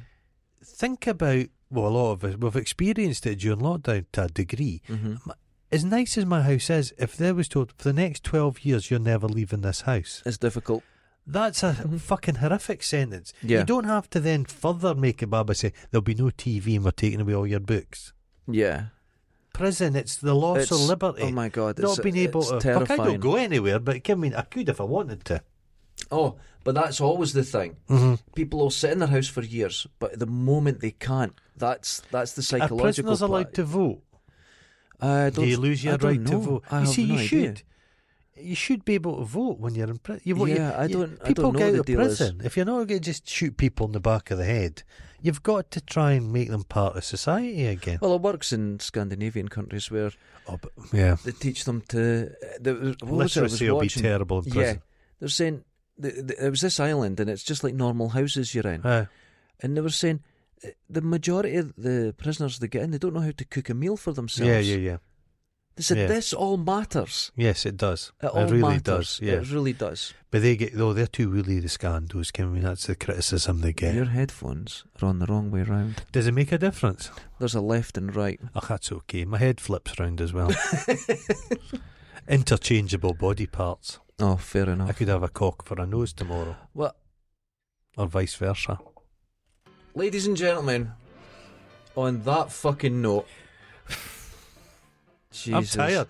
B: think about well a lot of us we've experienced it during lockdown to a degree
A: Mhm.
B: M- as nice as my house is if there was told for the next 12 years you're never leaving this house
A: It's difficult.
B: that's a fucking horrific sentence.
A: Mm-hmm. Yeah.
B: You don't have to then further make it bad by saying there'll be no TV and we're taking away all your books.
A: Yeah.
B: Prison, it's the loss
A: It's-
B: of liberty.
A: oh my God,
B: Not
A: it's-
B: being able
A: it's
B: to. Fuck, I
A: terrifying.
B: don't go anywhere, but I mean, I could if I wanted to.
A: Oh, but that's always the thing. People will sit in their house for years, but the moment they can't, that's that's the
B: Are
A: psychological.
B: prisoners
A: part.
B: allowed to vote?
A: I don't,
B: Do you lose your
A: Uh, I don't
B: right to
A: know.
B: vote?
A: I
B: you
A: have
B: see,
A: no
B: you
A: idea.
B: should. You should be able to vote when you're in prison. You, you-
A: Yeah, I
B: you-
A: don't- I
B: People
A: don't know
B: get
A: the
B: out of
A: deal is.
B: prison. If you're not going to just shoot people in the back of the head, you've got to try and make them part of society again.
A: Well, it works in Scandinavian countries where
B: Oh, but, yeah.
A: they teach them to. There was, what was it I was
B: Literacy will be
A: watching?
B: terrible in prison.
A: Yeah, they're saying th- th- there was this island, and it's just like normal houses you're in.
B: Aye.
A: and they were saying uh, the majority of the prisoners they get in, they don't know how to cook a meal for themselves.
B: Yeah, yeah, yeah.
A: They said
B: yeah.
A: this all matters.
B: Yes, it does.
A: It, all
B: really
A: matters.
B: does. Yeah,
A: It really does.
B: but they get though they're too woolly the scandos. Can we? That's the criticism they get.
A: Your headphones are on the wrong way round.
B: Does it make a difference?
A: There's a left and right.
B: Oh, that's okay. My head flips round as well. Interchangeable body parts.
A: Oh, fair
B: I
A: enough.
B: could have a cock for a nose tomorrow,
A: Well,
B: or vice versa.
A: ladies and gentlemen, on that fucking note, Jesus,
B: I'm tired.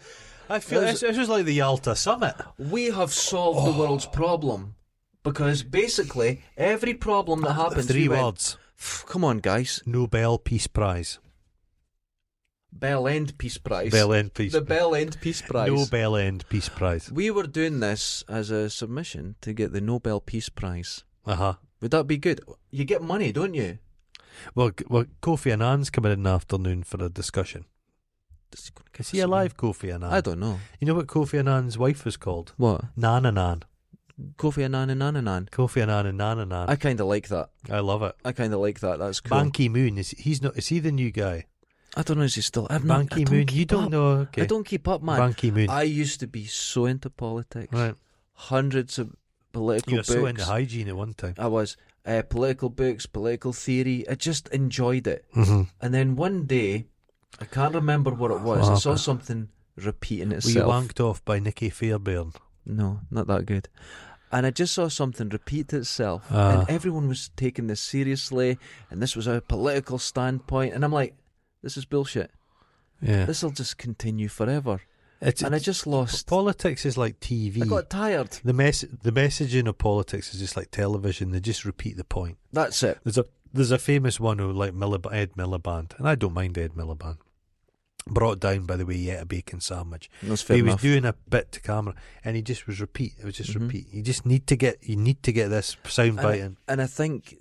B: I feel
A: There's-
B: this, this is like the Yalta summit.
A: we have solved
B: Oh.
A: the world's problem because basically every problem that happens,
B: Three
A: we went,
B: words:
A: "Pff, Come on, guys,
B: Nobel Peace Prize.
A: Bell End Peace Prize.
B: Bell End Peace.
A: the Bell End Peace Prize.
B: Nobel End Peace Prize.
A: we were doing this as a submission to get the Nobel Peace Prize.
B: Uh huh.
A: Would that be good? You get money, don't you?
B: Well, K- well, Kofi Annan's coming in the afternoon for a discussion. Is he alive, Kofi Annan?
A: I don't know.
B: You know what Kofi Annan's wife was called?
A: What?
B: Nan Annan.
A: Kofi Annan and Annan.
B: Kofi Annan and Nan Annan.
A: I kind of like that.
B: I love it.
A: I kind of like that. That's cool.
B: Ban Ki Moon is he's not is he the new guy?
A: I don't know. Is he still? I'm
B: Ban
A: not. I
B: Ki
A: don't
B: Moon.
A: keep
B: You don't
A: up.
B: know? Okay.
A: I don't keep up, man.
B: Ban Ki Moon.
A: I used to be so into politics.
B: right.
A: Hundreds of political
B: You were
A: books.
B: so into hygiene at one time.
A: I was uh, political books, political theory. I just enjoyed it.
B: Mm-hmm.
A: And then one day, I can't remember what it was. I
B: Fuck.
A: saw something repeating
B: Were you
A: itself.
B: wanked off by Nicky Fairbairn?
A: No, not that good. And I just saw something repeat itself,
B: Ah.
A: and everyone was taking this seriously, and this was a political standpoint, and I'm like, this is bullshit.
B: Yeah.
A: This'll just continue forever.
B: It's,
A: and I just lost.
B: politics is like TV.
A: I got tired.
B: the mess the messaging of politics is just like television. They just repeat the point.
A: That's it.
B: There's a there's a famous one who like Milib- Ed Miliband, and I don't mind Ed Miliband. Brought down by the way, he ate a bacon sandwich.
A: That's
B: But
A: fair
B: he
A: enough.
B: was doing a bit to camera, and he just was repeat. It was just
A: Mhm.
B: repeat. You just need to get you need to get this sound
A: and,
B: bite
A: I,
B: in.
A: and I think,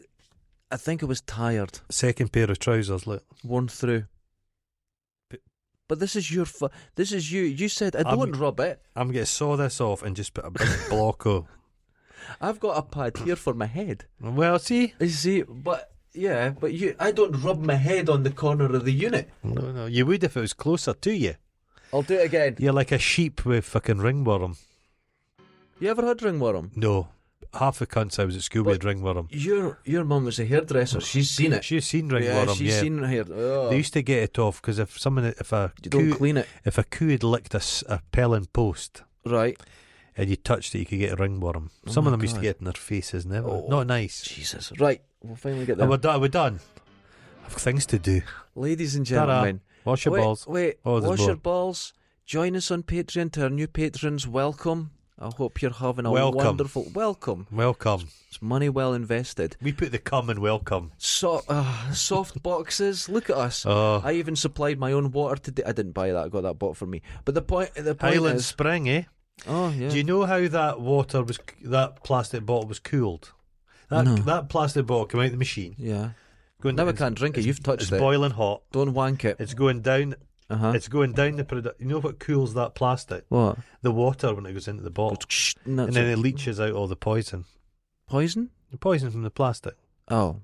A: I think I was tired,
B: Second pair of trousers. Look,
A: worn through.
B: But-
A: But this is your, fu- this is you. You said I
B: I'm-
A: don't rub it.
B: I'm gonna saw this off and just put a big block of.
A: I've got a pad here for my head.
B: Well, see,
A: You see, but yeah, but you, I don't rub my head on the corner of the unit.
B: no, no, you would if it was closer to you.
A: I'll do it again.
B: You're like a sheep with fucking ringworm.
A: You ever had ringworm?
B: No. Half the cunts I was at school with had ringworm.
A: Your your mum was a hairdresser. She's seen it.
B: She's seen
A: yeah,
B: ringworm, yeah.
A: she's seen hair. Ugh.
B: They used to get it off because if someone, if a
A: you don't
B: coo,
A: clean it,
B: if a coo had licked a, s- a pelling post
A: right?
B: and you touched it, you could get a ringworm. Some
A: Oh my
B: of them used to
A: God.
B: get it in their faces, never.
A: Oh.
B: Not nice.
A: Jesus, right? We'll finally get
B: And we're,
A: there,
B: do- we're done. I've things to do.
A: ladies and
B: Ta-ra.
A: gentlemen.
B: Wash your
A: wait,
B: balls.
A: Wait,
B: Oh, there's
A: wash
B: more.
A: your balls. Join us on Patreon to our new patrons. Welcome. I hope you're having a
B: Welcome.
A: wonderful welcome.
B: Welcome.
A: It's money well invested.
B: We put the come and welcome.
A: So, uh, soft boxes. Look at us.
B: Oh,
A: I even supplied my own water today. I didn't buy that. I got that bought for me. But the point, the point
B: Highland
A: is,
B: Spring, eh?
A: oh yeah,
B: Do you know how that water was, that plastic bottle was cooled? That,
A: No.
B: that plastic bottle came out of the machine.
A: yeah.
B: Going,
A: Now I
B: it's-
A: can't drink it. You've touched
B: It's
A: it.
B: boiling hot.
A: Don't wank it.
B: It's going down.
A: Uh huh.
B: It's going down the product. You know what cools that plastic?
A: What?
B: The water when it goes into the bottle,
A: And that's
B: Oh. and then
A: it.
B: it leaches out all the poison.
A: poison.
B: The poison from the plastic.
A: Oh.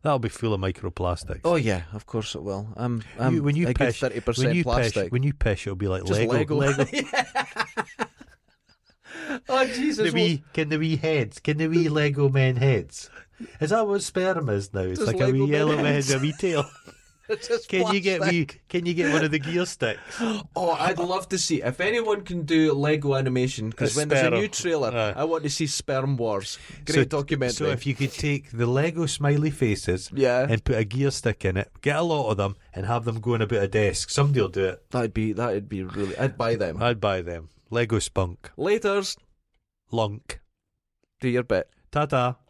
B: That'll be full of microplastics.
A: Oh yeah. Of course it will. I'm. I'm
B: You- when you
A: I
B: pish-
A: thirty
B: when
A: percent
B: you
A: plastic.
B: pish, when you pish, it'll be like
A: Just
B: Lego.
A: Lego.
B: Lego.
A: oh Jesus! well,
B: the wee, can the wee heads, can the wee Lego men heads? Is that what sperm is now? It's
A: Just
B: like a
A: Lego
B: wee
A: men
B: yellow head,
A: heads.
B: a wee tail.
A: it's just
B: Can you get
A: plastic.
B: wee? Can you get one of the gear sticks?
A: Oh, I'd love to see if anyone can do Lego animation because
B: The
A: when there's a
B: sperm.
A: new trailer,
B: Aye.
A: I want to see Sperm Wars. Great
B: So-
A: documentary.
B: So if you could take the Lego smiley faces,
A: Yeah.
B: and put a gear stick in it, get a lot of them, and have them going about a desk. Somebody'll do it.
A: that'd be that'd be really. I'd buy them.
B: I'd buy them. Lego spunk,
A: Later's.
B: lunk,
A: Do your bit.
B: ta ta.